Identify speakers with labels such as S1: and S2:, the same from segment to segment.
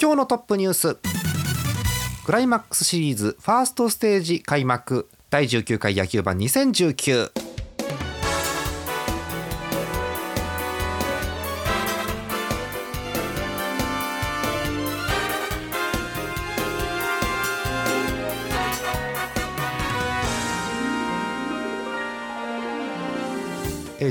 S1: 今日のトップニュースクライマックスシリーズファーストステージ開幕第19回野球盤2019えー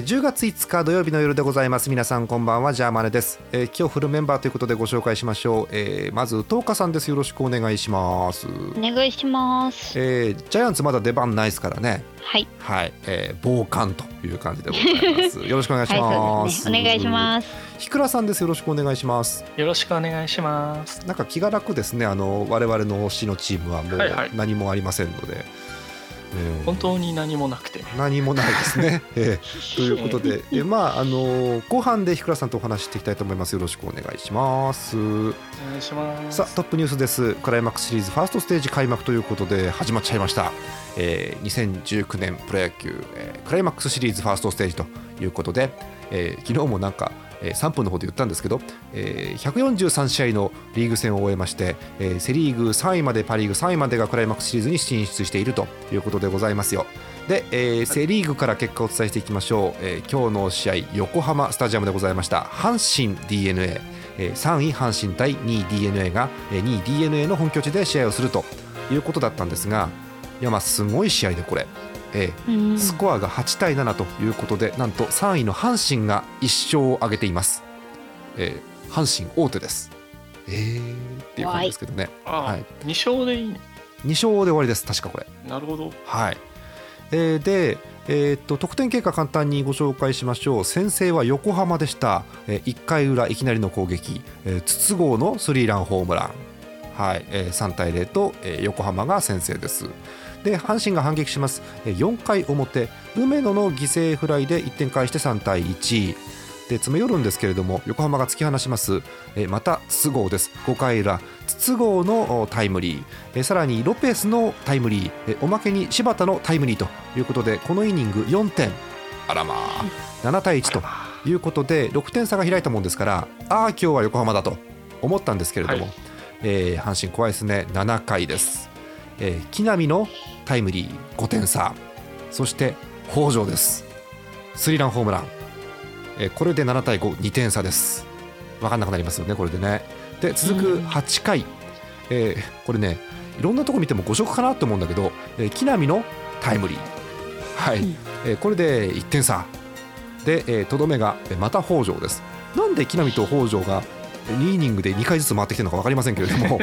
S1: 10月5日土曜日の夜でございます皆さんこんばんはジャーマネです、えー今日フルメンバーということでご紹介しましょう、えーまず東花さんですよろしくお願いします
S2: お願いします。
S1: えージャイアンツまだ出番ないですからね
S2: はい。
S1: はい、えー、防寒という感じでございます。よろしくお願いし
S2: は
S1: ま
S2: い、
S1: す。
S2: そうですね。お願いし
S1: す。
S2: ます。
S1: ひくらさんです。よろしくお願いします。
S3: よろしくお願いします。
S1: なんか気が楽ですね。あの我々の推しのチームはもう
S3: はいはい
S1: 何もありませんので、うん
S3: 本当に何もなくて。
S1: 何もないですね。えーということで、えーまああの後半でひくらさんとお話ししていきたいと思います。よろしくお願いします。
S3: お願いします。
S1: さあトップニュースですクライマックスシリーズファーストステージ開幕ということで始まっちゃいました、えー2019年プロ野球、えークライマックスシリーズファーストステージということで、えー昨日もなんか、えー3分の方で言ったんですけど、えー143試合のリーグ戦を終えまして、えーセ・リーグ3位までパ・リーグ3位までがクライマックスシリーズに進出しているということでございますよで、えーセ・リーグから結果をお伝えしていきましょう、えー今日の試合横浜スタジアムでございました阪神 d n a えー3位阪神対2位 d n a がえー2位 d n a の本拠地で試合をするということだったんですがいやまあすごい試合でこれ、え
S2: うん
S1: ースコアが8対7ということでなんと3位の阪神が1勝を挙げています、えー阪神大手ですえー、っていう感じですけどね
S3: あ、
S1: はい
S3: 二勝でいいね。
S1: 2勝で終わりです確かこれ
S3: なるほど。
S1: はい、えーで、えーっと得点経過簡単にご紹介しましょう先制は横浜でした、え1回裏いきなりの攻撃、えー筒香のスリーランホームラン、はいえ3対0と、えー横浜が先制ですで阪神が反撃します、え4回表梅野の犠牲フライで1点返して3対1で詰め寄るんですけれども横浜が突き放します、えーまた筒香です5回裏筒香のおタイムリーえーさらにロペスのタイムリーえーおまけに柴田のタイムリーということでこのイニング4点あらまあ7対1ということで6点差が開いたもんですからああ今日は横浜だと思ったんですけれども、
S3: はい
S1: えー阪神怖いですね7回です、えー木浪のタイムリー5点差そして北条ですスリーランホームラン、えーこれで7対52点差です分かんなくなりますよねこれでねで続く
S3: うん
S1: 8回、えーこれねいろんなとこ見ても5色かなと思うんだけど、えー木浪のタイムリー、はい
S2: うん
S1: えーこれで1点差でえーとど、めがえーまた北条ですなんで木浪と北条が2イニングで2回ずつ回ってきてるのか分かりませんけれども、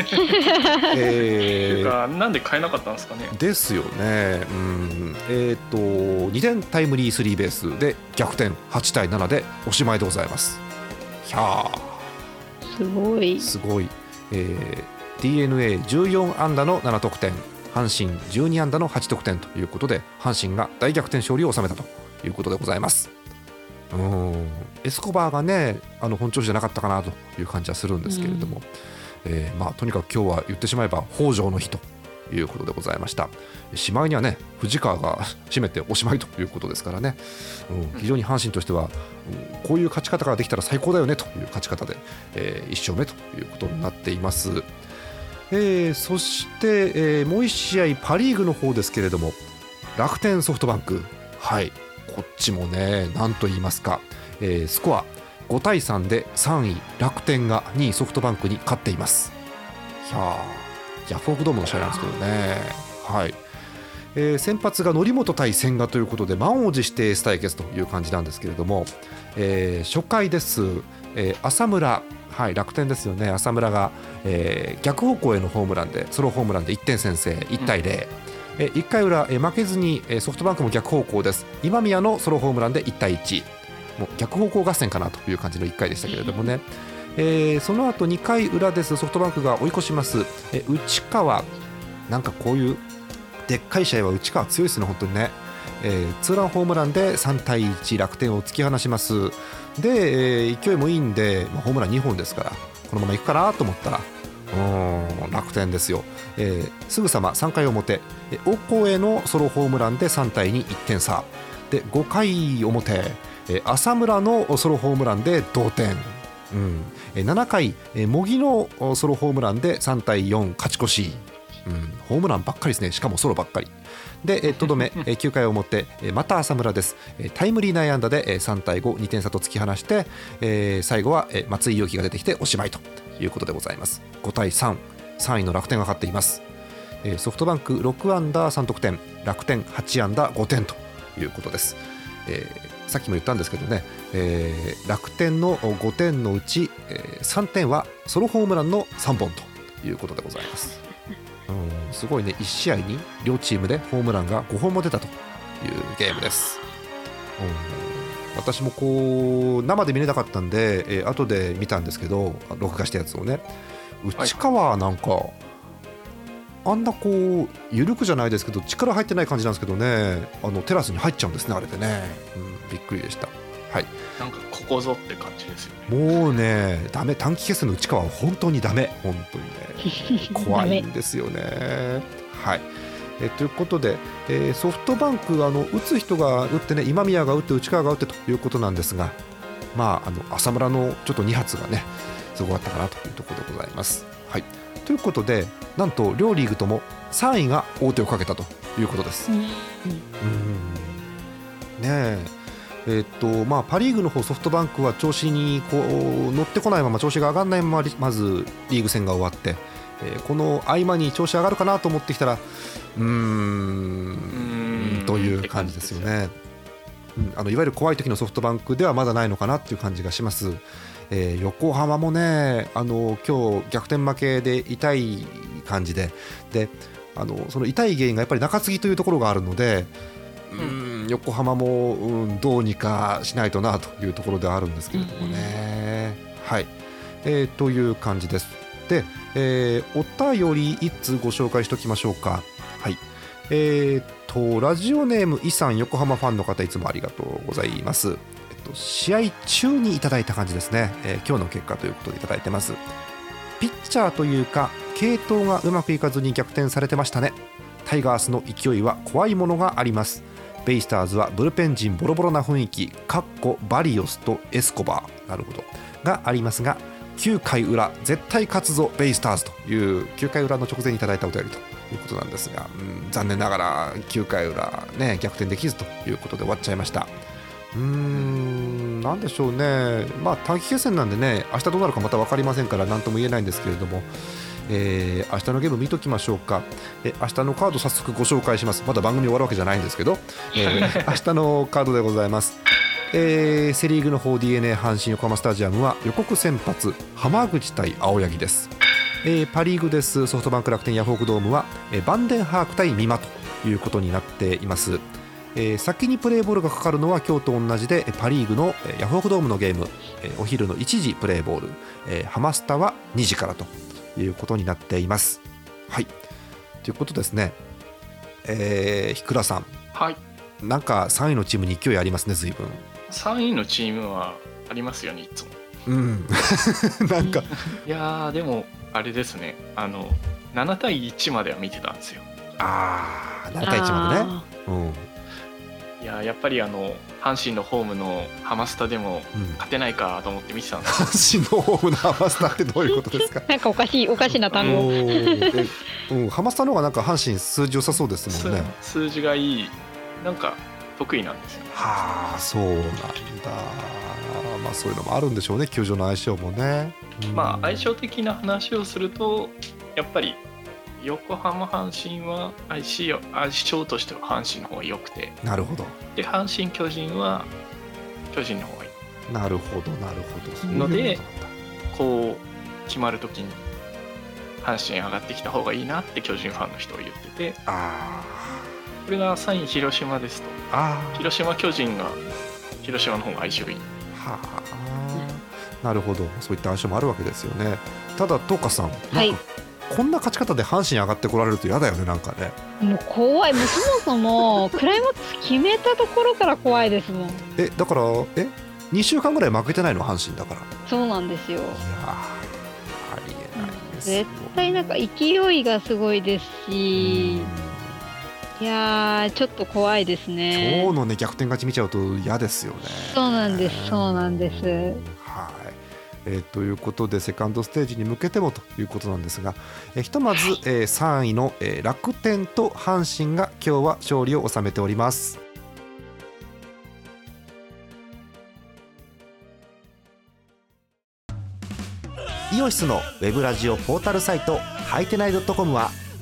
S3: てい
S1: え
S3: う
S1: ー
S3: か、なんで変えなかったんですかね。
S1: ですよね、うんえー、と2点タイムリースリーベースで逆転8対7でおしまいでございます。ひゃー
S2: すごい。
S1: すごい、えー、d n a 14安打の7得点阪神12安打の8得点ということで阪神が大逆転勝利を収めたということでございますうーんエスコバーがねあの本調子じゃなかったかなという感じはするんですけれども、えーまあ、とにかく今日は言ってしまえば北条の日ということでございましたしまいにはね藤川が締めておしまいということですからね、うん、非常に阪神としては、うんこういう勝ち方ができたら最高だよねという勝ち方でえー、1勝目ということになっています。えーそして、えーもう1試合パ・リーグの方ですけれども楽天ソフトバンクはいこっちもねなんと言いますか、えースコア5対3で3位楽天が2位ソフトバンクに勝っていますいやーヤフオクドームの試合なんですけどねはい、えー先発が則本対千賀ということで満を持してエース対決という感じなんですけれども、えー初回です、えー浅村、はい、楽天ですよね、浅村が、えー逆方向へのホームランで、ソロホームランで1点先制、1対0、え1回裏、えー負けずに、えーソフトバンクも逆方向です、今宮のソロホームランで1対1、もう逆方向合戦かなという感じの1回でしたけれどもね、えーその後2回裏ですソフトバンクが追い越します、えー内川なんかこういうでっかい試合は内川強いですね本当にね、えーツーランホームランで3対1楽天を突き放しますで、えー勢いもいいんで、まあホームラン2本ですからこのままいくかなと思ったらうーん楽天ですよ、えーすぐさま3回表えーオコエのソロホームランで3対21点差で5回表えー浅村のソロホームランで同点、うん、えー7回えー茂木のおソロホームランで3対4勝ち越し、うん、ホームランばっかりですねしかもソロばっかりでえーとどめえー9回表えーまた浅村ですえータイムリー内野安打でえー3対52点差と突き放して、えー最後はえー松井裕樹が出てきておしまいということでございます5対33位の楽天が勝っていますえーソフトバンク6安打3得点楽天8安打5点ということです、えーさっきも言ったんですけどね、えー楽天の5点のうち、えー3点はソロホームランの3本ということでございますうんすごいね1試合に両チームでホームランが5本も出たというゲームです、うん私もこう生で見れなかったんで、えー後で見たんですけど録画したやつをね内川なんか、あんなこう緩くじゃないですけど力入ってない感じなんですけどねあのテラスに入っちゃうんですねあれでね、うん、びっくりでした
S3: なんかここぞって感じですよね。
S1: もうねダメ短期決戦の内川は本当にダメ本当にね怖いんですよねはいえということで、えーソフトバンクあの打つ人が打ってね今宮が打って内川が打ってということなんですがまああの浅村のちょっと2発がねすごかったかなというところでございますはいということでなんと両リーグとも3位が王手をかけたということですうんねええっとまあ、パ・リーグの方ソフトバンクは調子にこう乗ってこないまま調子が上がらないままリまずリーグ戦が終わって、えーこの合間に調子上がるかなと思ってきたらうー
S3: うんーん
S1: という感じですよ。ね、うん、あのいわゆる怖い時のソフトバンクではまだないのかなっていう感じがします、えー横浜もねあの今日逆転負けで痛い感じでであのその痛い原因がやっぱり中継ぎというところがあるのでうん横浜も、うん、どうにかしないとなというところではあるんですけれどもね。はい、えーという感じです。で、えーお便り一通ご紹介しておきましょうか。はいえー、とラジオネームイさん横浜ファンの方いつもありがとうございます。えっと、試合中にいただいた感じですね、えー今日の結果ということでいただいてます。ピッチャーというか系統がうまくいかずに逆転されてましたね。タイガースの勢いは怖いものがあります。ベイスターズはブルペン陣ボロボロな雰囲気、カッコバリオスとエスコバーなるほどがありますが、9回裏、絶対勝つぞ、ベイスターズという9回裏の直前にいただいたお便りということなんですが、うん残念ながら9回裏、ね、逆転できずということで終わっちゃいました。うーんなんでしょうね、まあ、短期決戦なんでね、明日どうなるかまた分かりませんから、なんとも言えないんですけれども、えー明日のゲーム見ときましょうか、え明日のカード、早速ご紹介します、まだ番組終わるわけじゃないんですけど、えー明日のカードでございます。えーセ・リーグの方 d n a 阪神横浜スタジアムは予告先発浜口対青柳です、えーパ・リーグですソフトバンク楽天ヤフオクドームは、えーバンデンハーク対美馬ということになっています、えー先にプレーボールがかかるのは今日と同じでえーパ・リーグのえーヤフオクドームのゲーム、えーお昼の1時プレーボール、えーハマスタは2時からということになっていますはいということですねえー、ひくらさん
S3: はい。
S1: なんか3位のチームに勢いありますね随分
S3: 3位のチームはありますよねいつも。
S1: うん なんか
S3: いやーでもあれですねあの7対1までは見てたんですよ。
S1: ああ7対1までねうんうん
S3: いやーやっぱりあの阪神のホームのハマスタでも勝てないかと思って見てたんです。
S1: 阪神のホームのハマスタってどういうことですか
S2: なんかおかしいおかしな単語。
S1: おーえうん、ハマスタの方がなんか阪神数字良さそうですもんね
S3: 数数字がいいなんか得意なんですよね。
S1: はあそうなんだまあそういうのもあるんでしょうね球場の相性もね、うん
S3: まあ相性的な話をするとやっぱり横浜阪神は相性相性としては阪神の方が良くて
S1: なるほど
S3: で阪神巨人は巨人の方がいい
S1: なるほどなるほどそういう
S3: ので
S1: ことなんだ
S3: こう決まるときに阪神上がってきた方がいいなって巨人ファンの人は言ってて
S1: あ
S3: これが3位広島ですと
S1: ーあー
S3: 広島巨人が広島の方が相性いい
S1: はあなるほどそういった相性もあるわけですよねただ東花さんなんか
S2: はい
S1: こんな勝ち方で阪神上がってこられると嫌だよねなんかね
S2: もう怖いもうそもそもクライマックス決めたところから怖いですもん
S1: えだからえ2週間ぐらい負けてないの阪神だから
S2: そうなんですよ
S1: いやーありえないですよ
S2: 絶対なんか勢いがすごいですしいやーちょっと怖いです
S1: うん
S2: ね
S1: 今日のね逆転勝ち見ちゃうと嫌ですよね
S2: そうなんですそうなんです
S1: はいえーということでセカンドステージに向けてもということなんですが、えーひとまず、
S2: はい
S1: えー3位の、えー楽天と阪神が今日は勝利を収めております。イオシスのウェブラジオポータルサイトハイテナイドットコムは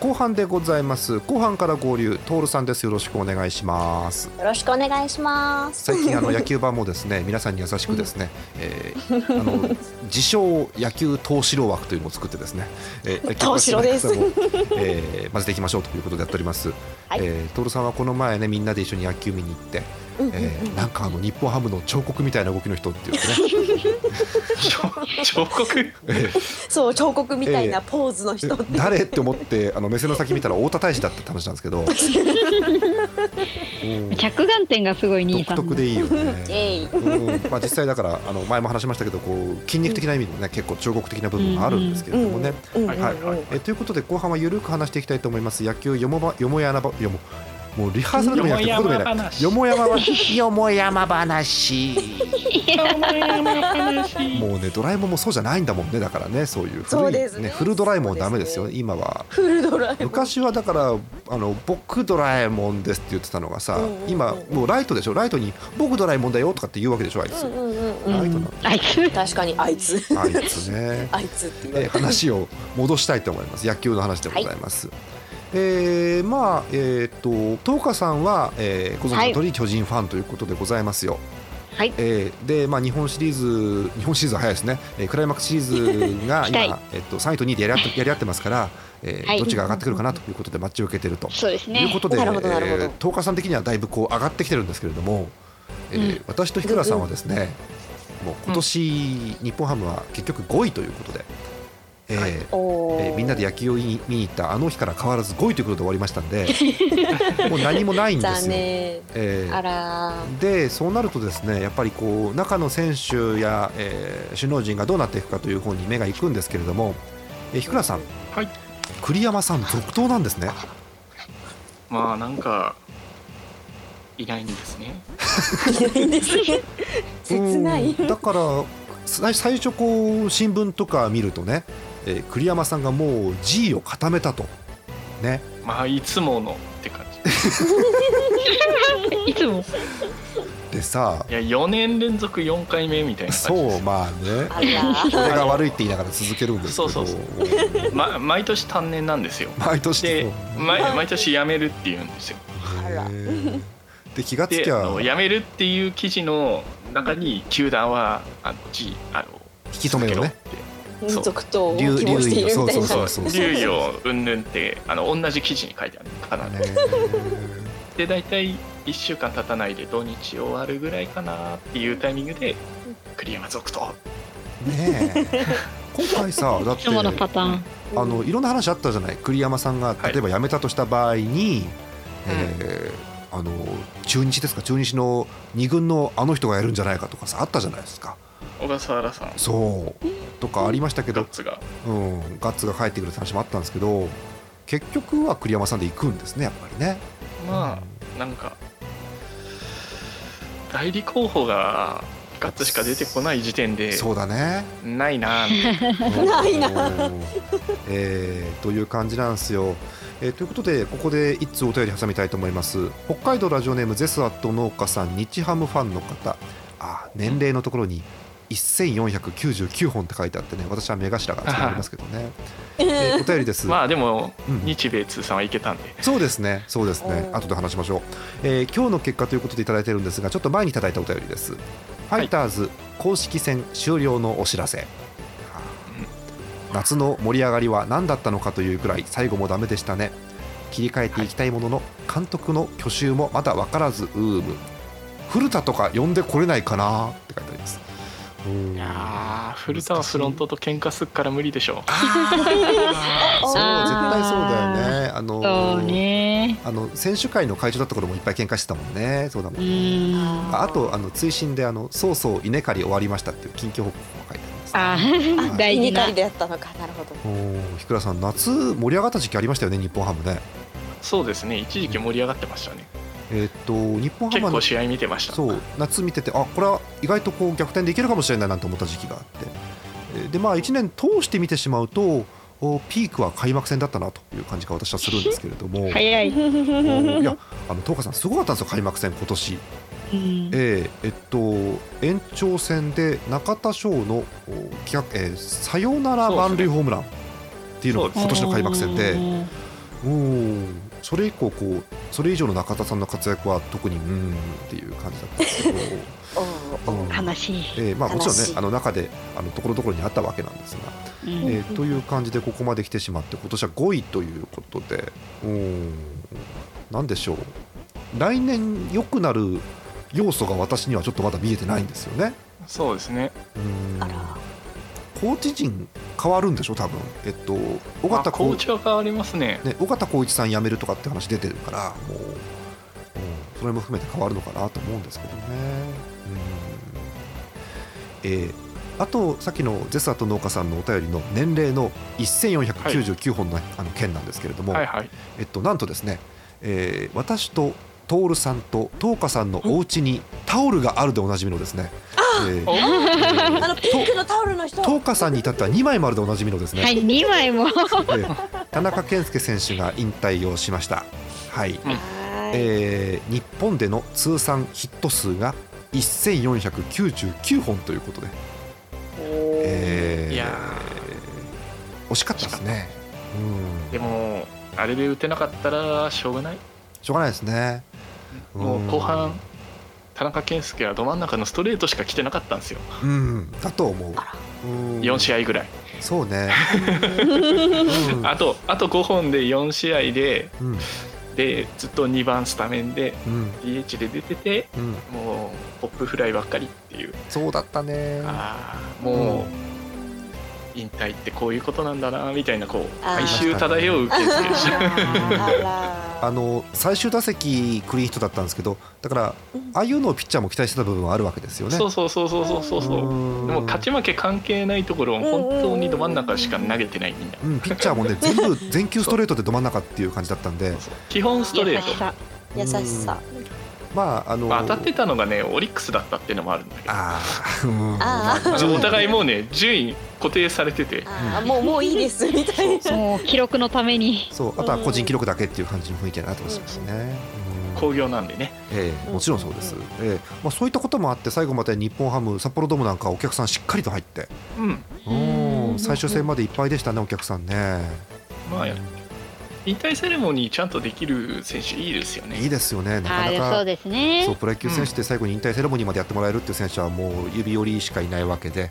S1: 後半でございます後半から合流トールさんですよろしくお願いします
S4: よろしくお願いします。
S1: 最近あの野球盤もですね皆さんに優しくですね、えーあ の自称野球投資郎枠というのを作ってですね、 えー、
S4: 投資郎です
S1: 野球盤好きな方もえーまずでいきましょうということでやっております。
S4: はい
S1: えー徹、さんはこの前ねみんなで一緒に野球見に行って、
S4: うんうんうん
S1: えーなんかあの日本ハムの彫刻みたいな動きの人っていうね、
S3: 彫刻
S1: えー
S4: そう彫刻みたい
S1: え
S4: なポーズの人って、
S1: 誰って思ってあの目線の先見たら太田大使だったって話なんですけ ど、うん
S2: 着眼点がすごい兄
S1: 独
S2: さんの
S1: 特でいいよね。
S4: えい
S1: うんまあ、実際だからあの前も話しましたけどこう筋肉的な意味でもね結構彫刻的な部分があるんですけれどもね。
S4: うんうん
S3: はい
S1: はいはいえということで後半はゆるく話していきたいと思います野球よもばよもやなばよももうリハーサルでもやってる
S3: よ
S1: こと
S3: も
S1: で
S3: や
S1: も
S3: ま
S1: ない
S3: 話
S1: よもやまは よもやま話 もうねドラえもんもそうじゃないんだもんねだからねそういう古い
S4: そうですね
S1: フルドラえもんはダメですよ
S4: そうです
S1: 今は
S4: フルドライブ。
S1: 昔はだからあの僕ドラえもんですって言ってたのがさ、
S4: うんうんうん
S1: 今もうライトでしょライトに僕ドラえもんだよとかって言うわけでしょあいつ、
S4: うんうん
S2: う
S4: うんうん。
S1: ライトなんの
S2: あいつ
S4: 確かにあいつ
S1: あいつね
S4: あいつって言わ
S1: えー
S4: れて。
S1: 話を戻したいと思います野球の話でございます、えーまあえっ、と東花さんは、えーご存
S2: は
S1: 知
S2: い
S1: の通り巨人ファンということでございますよ、
S2: はい
S1: えーでまあ日本シリーズ日本シリーズは早いですね、えークライマックスシリーズが
S2: 期待
S1: 今、えっと3位と2位でやり合ってやり合ってますから、えー
S2: はい
S1: どっちが上がってくるかなということでマッチを受けてると
S2: そうです
S1: という
S2: ね
S1: ことで、
S4: なるほどなるほど
S1: えー東花さん的にはだいぶこう上がってきてるんですけれども、えー
S2: う
S1: 私と日倉さんはですね、もう今年、日本ハムは結局5位ということで、えー
S3: はい
S4: おー
S1: えーみんなで野球を見に見に行ったあの日から変わらず5位ということで終わりましたん でもう何もないんで
S4: 残
S1: すよ。
S4: 念。
S1: えー
S4: あらー。
S1: でそうなるとですねやっぱりこう中の選手や、えー首脳陣がどうなっていくかという方に目が行くんですけれども、えー日倉さん、
S3: はい
S1: 栗山さん続投なんですね。
S3: まあなんかいないんですね
S4: いないんですね。切ない。
S1: うんだから最最初こう新聞とか見るとね、えー栗山さんがもう G を固めたとね
S3: まあいつものって感じ
S2: いつも
S1: でさ
S3: いや4年連続4回目みたいな感じ
S1: そ
S3: で
S1: う
S3: す
S1: まあね
S4: あら。
S1: これが悪いって言いながら続けるんですけど
S3: そうそうそうま、毎年単年なんですよ
S1: 毎年
S3: で
S1: そう
S3: 毎毎年辞めるっていうんですよ
S4: あら
S1: へーで気がつ
S3: で
S1: き
S3: あ
S1: ゃ
S3: の辞めるっていう記事の中に球団はあの G あの
S1: 引き止めをね
S3: そう
S4: 続投を希
S1: 竜
S4: 望
S1: 竜医
S4: しているみたい
S1: そ
S4: な。
S1: うそうそう
S3: 猶予うんぬんってあの同じ記事に書いてあるかな
S1: ね
S3: で大体1週間経たないで土日終わるぐらいかなっていうタイミングで栗山続投
S1: ねえ今回さだっ
S2: い
S1: て
S2: つものパターン
S1: あのいろんな話あったじゃない栗山さんが
S3: はい
S1: 例えば辞めたとした場合に、えーあの中日ですか中日の2軍のあの人がやるんじゃないかとかさあったじゃないですか
S3: 小笠原さん
S1: そうとかありましたけ
S3: ガ
S1: ど
S3: ッ、ツが
S1: うん、ガッツが帰ってくるって話もあったんですけど結局は栗山さんで行くんですねやっぱりね。
S3: まあなんか代理候補がガッツしか出てこない時点で
S1: そうだね
S3: ないなみたいな
S4: ないな
S1: うんえーという感じなんですよ。えーということでここで一通お便り挟みたいと思います北海道ラジオネームゼスアット農家さん日ハムファンの方あ年齢のところに1499本って書いてあってね私は目頭が集まりますけどね、えーお便り です、
S3: まあでも
S1: うん
S3: 日米通算はいけたんで、
S1: そうですねそうですね
S4: おー
S1: 後で話しましょう、えー今日の結果ということでいただいてるんですがちょっと前にいただいたお便りですファイターズ公式戦終了のお知らせ、はあ夏の盛り上がりは何だったのかというくらい最後もダメでしたね切り替えていきたいものの監督の去就もまだ分からずうーむ古田とか呼んでこれないかなって書いてありますうーん
S3: いやー古田はフロントと喧嘩すっから無理でしょ
S1: あーそう絶対そうだよねあのー
S2: そうね。
S1: あの選手会の会長だった頃もいっぱい喧嘩してたもんねそうだもん
S2: うーん。
S1: ああとあの追伸であの「そうそう稲刈り終わりました」っていう近況報告も書いてあります、
S2: あ、
S1: はい
S2: 大事
S4: 稲
S2: な
S4: 刈り。でやったのかなるほど
S1: おーひくらさん夏盛り上がった時期ありましたよね日本ハムね
S3: うそうですね一時期盛り上がってましたね
S1: えーっと日本ハ
S3: 結
S1: ムの
S3: 構試合見てました
S1: そう夏見ててあこれは意外とこう逆転できるかもしれないなと思った時期があってえーでまあ1年通して見てしまうとおピークは開幕戦だったなという感じが私はするんですけれども
S2: 早い。
S1: おーいやあの東花さんすごかったんですよ開幕戦今年
S2: うん
S1: えええっと、延長戦で中田翔のお企画、えーサヨナラ満塁ホームランっていうのが今年の開幕戦で、うんそれ以降こう、それ以上の中田さんの活躍は特にうーんっていう感じだったんです けど、
S4: おーお
S1: うん
S4: ー
S2: 悲しい。
S1: えーまあ、もちろんね
S4: 悲しい
S1: あの中であのところどころにあったわけなんですが、
S2: うん
S1: えーという感じでここまで来てしまって今年は5位ということでうんなんでしょう来年良くなる要素が私にはちょっとまだ見えてないんですよね。
S3: そうですね
S1: うん
S4: あら
S1: コーチ陣変わるんでしょ多分えっと尾
S3: まあ
S1: 形
S3: コ
S1: 浩
S3: ーチは変わりますね
S1: ね、尾形浩一さん辞めるとかって話出てるからもう、うんそれも含めて変わるのかなと思うんですけどね。うんえーあとさっきのゼスアと農家さんのお便りの年齢の1499本の,、あの件なんですけれども、
S3: はいはい
S1: えっと、なんとですね、えー私と徹さんと東花さんのお家にタオルがあるでおなじみのですね、えー
S3: お
S4: あのピンクのタオルの人
S1: 東花さんに至っては2枚もあるでおなじみのですね、
S2: はい、二枚も。
S1: えー田中健介選手が引退をしました。はい、
S4: はーい
S1: えー日本での通算ヒット数が1499本ということで、
S4: おー
S1: えー
S3: いや
S1: 惜しかったですね。う
S3: で
S1: ん、
S3: もあれで打てなかったらしょうがない
S1: しょうがないですね。
S3: も
S1: ん
S3: う後半、田中健介はど真ん中のストレートしか来てなかったんですよ、
S1: うん、だと思う。
S3: 4試
S1: 合。
S3: 合ぐらい、
S1: そう ね。うん
S3: あとあと5本で4試合で
S1: うん、
S3: でずっと2番スタメンで
S1: うん、
S3: DH で出てて
S1: うん、
S3: もうポップフライばっかりっていう
S1: そうだったね。
S3: ああもう引退ってこういうことなんだなみたいなこう
S4: あー
S3: 哀愁漂う受付でした
S4: あ
S1: あ
S4: ら
S1: の最終打席クリーンヒットだったんですけど、だから
S4: うん
S1: ああいうのをピッチャーも期待してた部分はあるわけですよね。
S3: そうそうそうそうそうそうそう
S1: うん
S3: でも勝ち負け関係ないところを本当にど真ん中しか投げてないみんな
S1: うん、ピッチャーもね、全部、全球ストレートでど真ん中っていう感じだったんで、
S3: 基本ストレ
S2: 優
S3: ート
S2: しさ。
S4: 優しさ
S1: まあ、あの、
S3: まあ、当たってたのがねオリックスだったっていうのもあるんだけど
S1: あー うん
S4: あー
S3: あのお互いもうね順位固定されてて
S4: あーもうもういいですみたいな
S2: もう記録のために。
S1: そう、あとは個人記録だけっていう感じの雰囲気だなと思いますね。うん
S3: 興行なんでね
S1: ええもちろんそうです、ええまあ、そういったこともあって最後まで日本ハム札幌ドームなんかお客さんしっかりと入って
S3: うん
S1: うん最終戦までいっぱいでしたねお客さんね
S3: まあ引退セレモニーちゃんとできる選手いいですよ
S1: いい
S3: ね
S1: ですよねな
S2: あ
S1: か
S2: あ、
S1: な
S2: でも
S1: か
S2: そうですね
S1: そう。プロ野球選手で最後に引退セレモニーまでやってもらえるっていう選手はもう指折りしかいないわけで、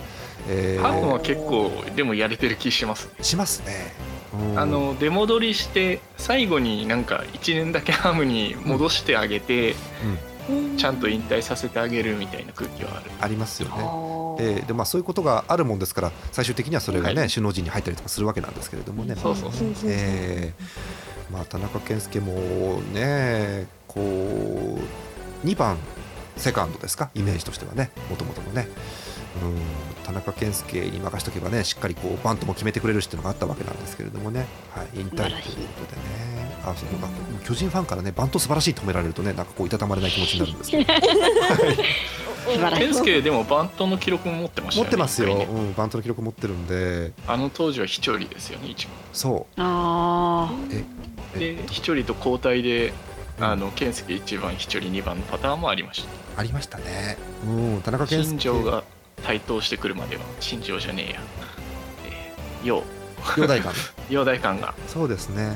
S1: ええ
S3: ハムは結構でもやれてる気しますね
S1: しますね、うん
S3: あの出戻りして最後になんか1年だけハムに戻してあげてちゃんと引退させてあげるみたいな空気はある
S1: ありますよね
S4: あー
S1: えーでまあ、そういうことがあるもんですから最終的にはそれがね、
S3: はい
S1: 首脳陣に入ったりとかするわけなんですけれどもね、
S3: そうそうそう
S1: えーまあ、田中健介もねこう2番セカンドですかイメージとしてはねもともとのねうん田中健介に任しとけばねしっかりこうバントも決めてくれるしっていうのがあったわけなんですけれどもね、はい、引退ということでねあそうなんか巨人ファンからねバント素晴らしいと褒められるとねなんかこういたたまれない気持ちになるんですけど
S2: 素晴らしい
S3: 健介でもバントの記録も持ってました
S1: 持
S3: よ
S1: っ
S3: ね
S1: てます
S3: 一
S1: よ、
S3: 回ね
S1: うん、バントの記録持ってるんで
S3: あの当時は飛距離ですよね一番
S1: そう
S2: ああ。
S1: え
S3: で飛距離と交代であの健介1番、飛距離2番のパターンもありました。
S1: ありましたねうん田中健介
S3: 新庄が台頭してくるまでは、新庄じゃねえや。えー、陽、
S1: 陽大 館
S3: 陽大感が。
S1: そうですね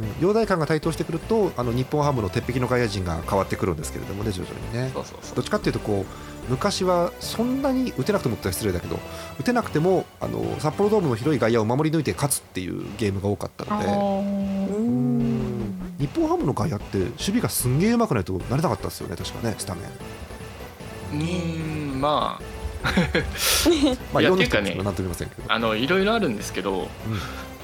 S1: うん陽大館が台頭してくるとあの日本ハムの鉄壁の外野陣が変わってくるんですけれどもね徐々にね
S3: そうそうそ
S1: どっ
S3: う。
S1: ちかっていうとこう昔はそんなに打てなくてもって言ったら失礼だけど打てなくてもあの札幌ドームの広い外野を守り抜いて勝つっていうゲームが多かったので
S4: うーん
S1: 日本ハムの外野って守備がすんげえうまくないとなれなかったですよね確かねスタメン
S3: うーん、ま
S1: まあい
S3: いや
S1: ろんな
S3: て
S1: 人た
S3: かね
S1: ちもなんとも言いませんけど
S3: あ、あの、いろいろあるんですけど、
S1: うん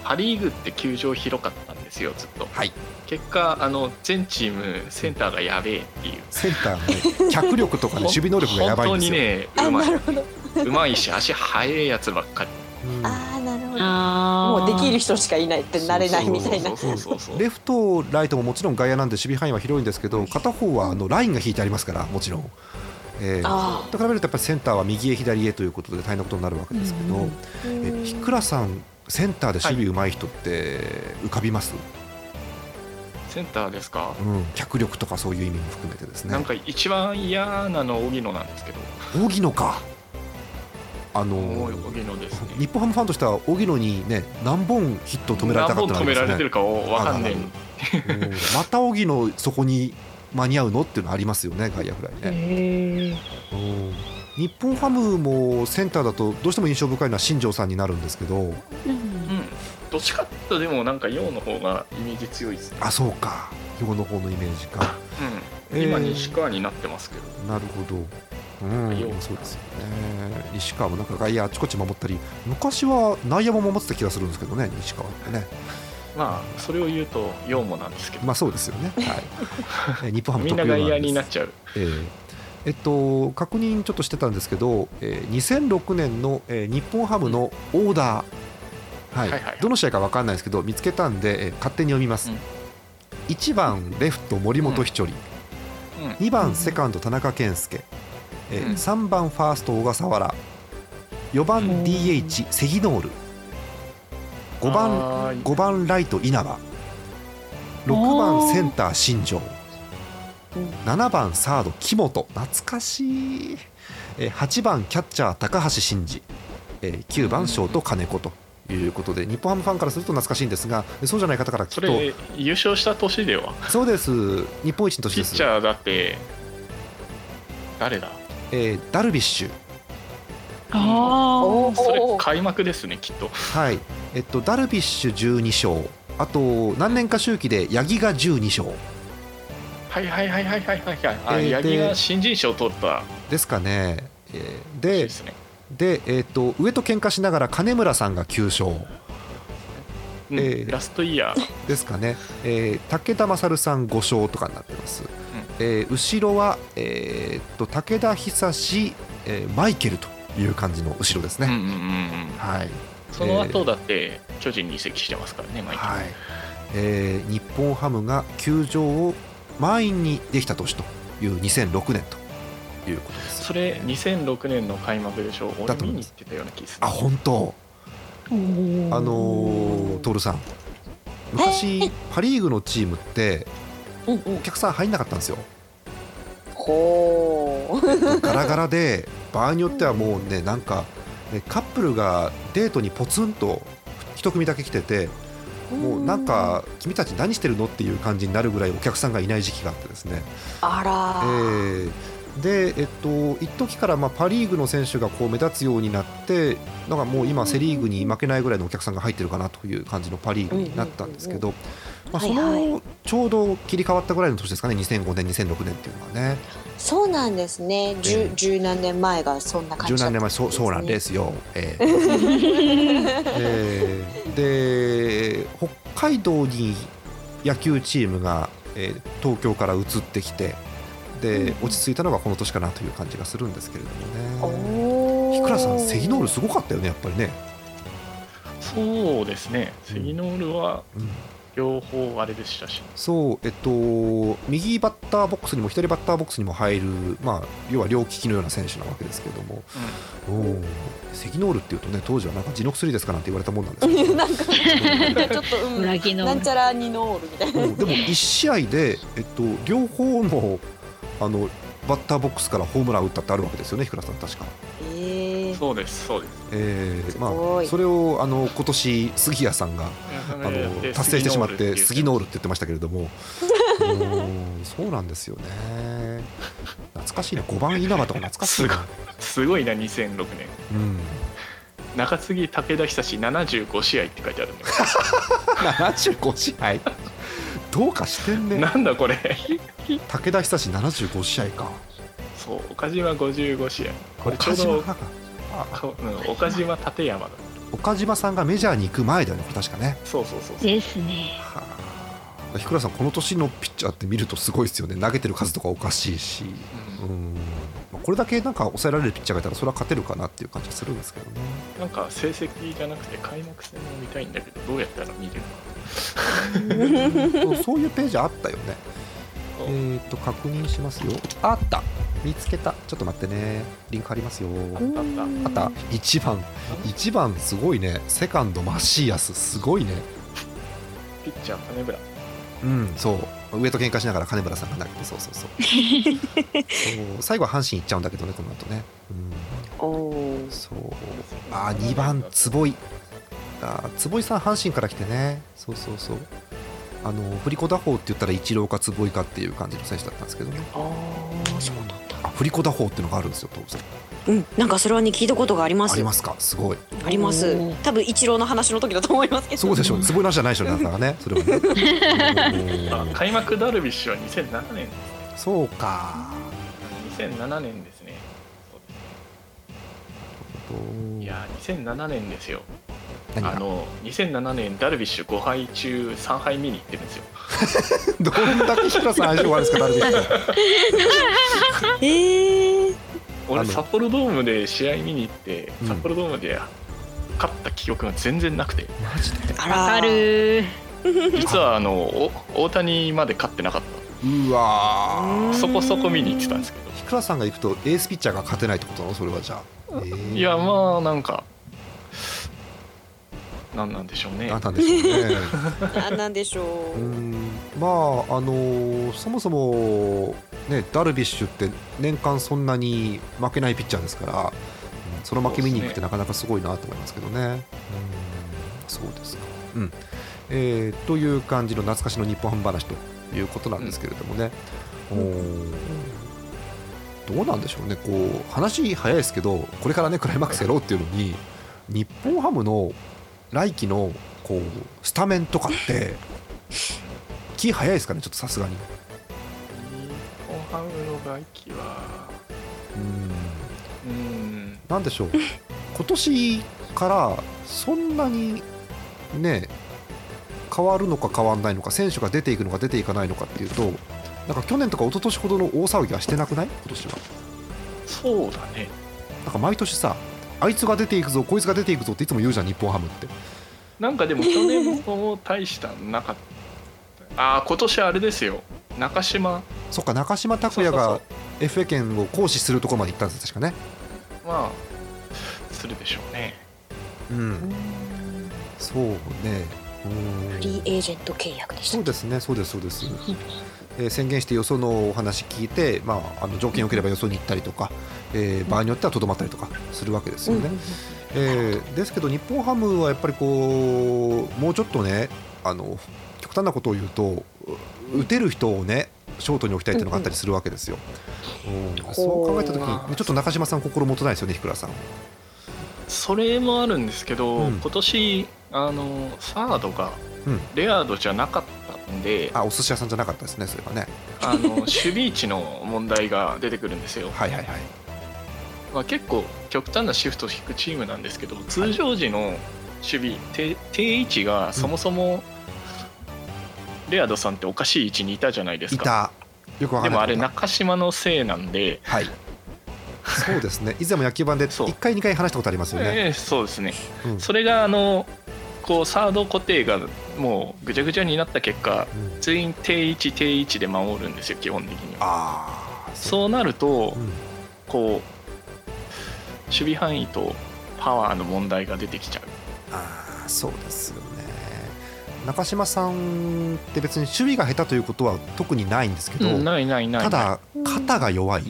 S3: パ・リーグって球場広かったんですよ、ずっと。
S1: はい
S3: 結果、あの全チーム、センターがやべえっていう。
S1: センターのね脚力と かね守備能力がやばいんですよ
S3: 本当
S4: あ
S3: にね、
S4: な
S3: う
S4: る
S3: ま
S4: ほど
S3: い。うまいし、足速いやつばっかり。
S1: うん
S4: あーなるほど
S2: あ
S4: もうできる
S2: 人
S4: 人しかいないってなれないみたいな
S3: そうそうそうそう
S1: レフト、ライトももちろん外野なんで守備範囲は広いんですけど片方はあのラインが引いてありますからもちろん、えー、
S4: あ
S1: と比べるとやっぱりセンターは右へ左へということで大変なことになるわけですけど、
S2: うん
S4: ー
S1: えひくらさんセンターで守備うまい人って浮かびます、
S3: センターですか、
S1: うん、脚力とかそういう意味も含めてですね
S3: なんか一番嫌なの荻野なんですけど、
S1: 荻野かあ
S3: も
S1: の
S3: う荻野です
S1: 日
S3: ね。
S1: 本ハムファンとしては荻野にね何本ヒット止められたか
S3: 何
S1: った
S3: 本止められてるかをわかんね
S1: うんまた荻野そこに間に合うのっていうのありますよね外野フライね。
S2: へ
S1: うん日本ハムもセンターだとどうしても印象深いのは新庄さんになるんですけど
S2: え
S3: え。うん。どっちかっていうとでもなんか陽の方がイメージ強いですね。
S1: あそうか今の方のイメージか
S3: うん。今
S1: えー
S3: 西川になってますけど。
S1: なるほどうん
S3: よう
S1: そうですよね西川もなんか外野あちこち守ったり昔は内野も守ってた気がするんですけどね西川ってね
S3: まあそれを言うと陽もなんですけど。
S1: まあそうですよね はいえ日本ハム
S3: みん
S1: 特
S3: な
S1: 有なんです
S3: 外野になっちゃう。
S1: えーえっと、確認ちょっとしてたんですけど、えー2006年の、えー日本ハムのオーダー、はい
S3: はいはいはい
S1: どの試合か分かんないですけど見つけたんで、えー勝手に読みます、
S3: うん
S1: 1番レフト森本稀織、
S3: うん
S1: 2番セカンド田中健介、え
S3: うん
S1: 3番ファースト小笠原4番
S2: うん
S1: DH セギノール5番
S3: あー
S1: 5番ライト稲葉6番センター新庄
S4: うん
S1: 7番サード木本懐かしいえー8番キャッチャー高橋真司えー9番ショート金子ということで日本ハムファンからすると懐かしいんですがそうじゃない方から聞
S3: そ
S1: くと
S3: れ優勝した年では
S1: そうです日本一の年
S3: ピ
S1: で
S3: ッ
S1: す
S3: チャーだって誰だ
S1: えーダルビッシュ
S2: あ
S4: お
S2: ー
S3: それ
S4: お
S3: 開幕ですねきっと
S1: はいえっとダルビッシュ12勝あと何年か周期で八木が12勝
S3: はいはいはいはいはいはいはいあ
S1: えー
S3: 八木
S1: で
S3: が新人賞を取った
S1: ですかね、えー
S3: 年
S1: で
S3: ですね
S1: で、えー、と上と喧嘩しながら金村さんが9勝
S3: うん
S1: えー
S3: ラストイヤー
S1: ですかね、えー武田勝さん5勝とかになってます、えー後ろは、えー、と武田久志、えーマイケルという感じの後ろです
S3: うんう
S1: ね、
S3: んうんうん
S1: はい、
S3: その後だって巨人に移籍してますからね毎回
S1: はいえー日本ハムが球場を満員にできた年という2006年ということです
S3: それ2006年の開幕でしょう俺
S1: だと
S3: 見
S1: 思いま
S3: に行
S1: す
S3: ってたような気がする
S1: あ本当あのー、徹さん昔パ・リーグのチームって
S4: うん
S1: お客さん入んなかったんですよ
S4: ほう
S1: ガラガラで場合によってはもうねなんかねカップルがデートにポツンと一組だけ来ててもうなんか君たち何してるのっていう感じになるぐらいお客さんがいない時期があってですね、
S4: あ
S1: え
S4: らー
S1: ーでえっと一時からまあパ・リーグの選手がこう目立つようになってなんかもう今セ・リーグに負けないぐらいのお客さんが入ってるかなという感じのパ・リーグになったんですけど、まあ、そ
S4: はいは
S1: のちょうど切り替わったぐらいの年ですかね2005年2006年っていうのはね。
S4: そうなんですね
S1: え
S4: 十
S1: ー
S4: 十何年前がそんな
S1: 十
S4: 感じだ
S1: 何年
S4: った
S1: 前そうそうなんですよ。ええええで北海道に野球チームが、えー東京から移ってきてで落ち着いたのがこの年かなという感じがするんですけれどもね。
S4: おー
S1: ひくらさんセギノールすごかったよねやっぱりね。
S3: そうですねセギノールは
S1: うん
S3: 両方あれでしたし、
S1: そう、えっと、右バッターボックスにも左バッターボックスにも入る、まあ、要は両利きのような選手なわけですけれども、おーセキノールっていうとね、当時はなんか地の薬ですかなんて言われたもんなんですけど、
S4: なんかなんかちょっと、うん、
S2: 裏技能
S4: なんちゃらにノールみたいな。
S1: うんでも1試合で、えっと、両方のあのバッターボックスからホームラン打ったってあるわけですよね、日倉さん、確か。
S4: ええ
S3: そうですそうです
S1: えー
S4: す
S1: ま
S4: ご
S1: あ、
S4: い
S1: それをあの今年杉谷さんが
S3: あ
S1: あの達成してしまって杉ノールって言ってましたけれどもうーんそうなんですよね懐かしいな5番稲葉とか懐かしいな、
S3: すごいな2006年
S1: うん、
S3: 中継ぎ武田久志75試合って書いてあるんだけ
S1: 75試合どうかしてん
S3: ど
S1: ね
S3: なんだこれ
S1: 武田久志75試合か
S3: そう岡島55試合これ
S1: 岡
S3: ちょう
S1: 島
S3: ど
S1: があ
S3: こうん岡島立山だ
S1: 岡島さんがメジャーに行く前だよねこれ確かね
S3: そうそうそうそう
S2: ですね。
S1: はあ日倉さんこの年のピッチャーって見るとすごいですよね投げてる数とかおかしいしう
S3: うん
S1: まあこれだけなんか抑えられるピッチャーがいたらそれは勝てるかなっていう感じはするんですけどね
S3: んなんか成績じゃなくて開幕戦を見たいんだけどどうやったら見れる
S1: そうそういうページあったよね
S3: そう
S1: えっ、と確認しますよあった見つけたちょっと待ってねリンク貼りますよあ
S3: ん
S1: った1番1番すごいねセカンドマシアスすごいね
S3: のピッチャー金村
S1: うんそう上と喧嘩しながら金村さんが投げてそうそう そうそう最後は阪神行っちゃうんだけどねこの後ねう
S4: おお
S1: んそうあ2番坪井あー坪井さん阪神から来てねそうそうそうあの振り子打法って言ったらイチローか坪井かっていう感じの選手だったんですけどね
S4: ああそうなんだ。
S1: あ振り子打法っていうのがあるんですよ当然
S4: うんなんかそれはね聞いたことがありま
S1: あ
S4: す
S1: りますかすごい
S4: あります
S2: おー
S4: 多分一郎の話の時だと思いますけど
S1: そうでしょう坪井の話じゃないでしょうねだからねそれはね
S3: あ
S1: うん
S3: 開幕ダルビッシュは2007年
S1: そうか
S3: 2007年ですねいやー2007年ですよ
S1: 何
S3: あ
S1: が
S3: の2007年ダルビッシュ5敗中3敗見に行ってるんですよ
S1: どんだけ平さん相性悪いですかダルビッシュ
S4: ええ
S1: あ
S3: 俺
S1: の
S3: 札幌ドームで試合見に行って
S1: うん
S3: 札幌ドームで勝った記憶が全然なくて、
S1: マジで
S4: あ
S2: わかる。
S3: 実はあのお大谷まで勝ってなかっ
S1: うわ
S3: た
S4: ー
S3: そこそこ見に行ってたんですけ
S1: ーひくらさんが行くとエースピッチャーが勝てないってことなのそれはじゃあ、え
S3: ど
S1: ー
S3: いやまあなんかなんなんでしょうね
S1: なんなんでしょうね
S4: あなんでしょ
S1: う
S4: う、
S1: んまああのーそもそもねダルビッシュって年間そんなに負けないピッチャーですから、うんその負け見に行くってなかなかすごいなと思いますけどね。そうですか、うんえーという感じの懐かしの日本ハム話ということなんですけれどもね、おーどうなんでしょうねこう話早いですけどこれからねクライマックスやろうっていうのに日本ハムの来季のこうスタメンとかって気早いですかねちょっとさすがに。
S3: 日本ハムの外気は
S1: うん
S3: うん
S1: なんでしょう今年からそんなにね変わるのか変わらないのか選手が出ていくのか出ていかないのかっていうとなんか去年とか一昨年ほどの大騒ぎはしてなくない今年は
S3: そうだね
S1: なんか毎年さあいつが出ていくぞこいつが出ていくぞっていつも言うじゃん日本ハムって
S3: なんか でも去年も大したなかったああ今年あれですよ中島
S1: そっか中島拓也
S3: そう
S1: が
S3: そ
S1: FA 権を行使するところまで行ったんです確かね
S3: まあするでしょうね
S1: うんそうねうん
S4: フリーエージェント契約でし
S1: そうですね、そうです、そうです。えー宣言して予想のお話聞いて、まあ、あの条件良ければ予想に行ったりとか、えー場合によってはとどまったりとかするわけです
S4: う
S1: よ
S4: ん
S1: ね。えーですけど、日本ハムはやっぱりこう、もうちょっとね、あの極端なことを言うと、う打てる人をね、ショートに置きたいっていうのがあったりするわけですよ。うんそう考えたとき
S3: ほう
S1: に、ちょっと中島さん、心もとないですよね、ひくらさん。
S3: それもあるんですけど、
S1: うん
S3: 今年あのサードが
S1: うん
S3: レアードじゃなかったんで、
S1: あ、お寿司屋さんじゃなかったですね、それはね。
S3: あの守備位置の問題が出てくるんですよ、
S1: はいはいはい。
S3: まあ、結構極端なシフトを引くチームなんですけど通常時の守備、定定位置がそもそも、レアードさんっておかしい位置にいたじゃないです
S1: い
S3: か
S1: た。よくわかん
S3: で
S1: ない
S3: もあれ中島のせいなんで、
S1: はい。そう ですね。以前も野球盤で
S3: そう
S1: 一回二回話したことありますよね。
S3: えーそうですね
S1: うん
S3: それがあのこうサード固定がもうぐちゃぐちゃになった結果
S1: うん
S3: 全員定位置定位置で守るんですよ基本的には
S1: ああ
S3: そうなると
S1: うん
S3: こう守備範囲とパワーの問題が出てきちゃう
S1: ああそうですよね中島さんって別に守備が下手ということは特にないんですけど、
S3: うんないないない
S1: ただ肩が弱い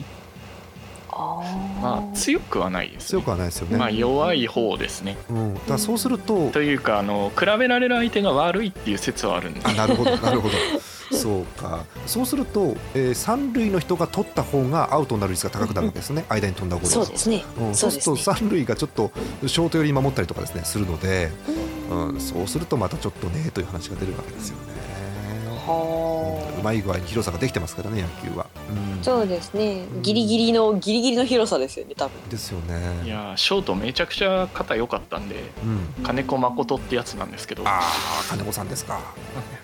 S3: まあ、強くはないです、
S1: 強
S3: ね
S1: くはないですよね、
S3: まあ、弱い方ですね
S1: うん、だからそうすると、
S3: というかあの比べられる相手が悪いっていう説はあるんで
S1: あなるほどなるほどそうかそうすると、えー三塁の人が取った方がアウトになる率が高くなるわけですね間に飛んだゴール
S4: そうですね。
S1: うん、そう
S4: そ
S1: う
S4: ですす
S1: る
S4: ね
S1: と三塁がちょっとショート寄りに守ったりとかですねするので、
S4: う
S1: うん、そうするとまたちょっとねという話が出るわけですよね。うんう
S4: は
S1: まい具合に広さができてますからね野球は。うん
S4: あ。そうですね。ギリギリのギリギリの広さですよね。多分。
S1: ですよね。
S3: いやーショートめちゃくちゃ肩良かったんで
S1: うん、
S3: 金子誠ってやつなんですけど
S1: ああ金子さんですか。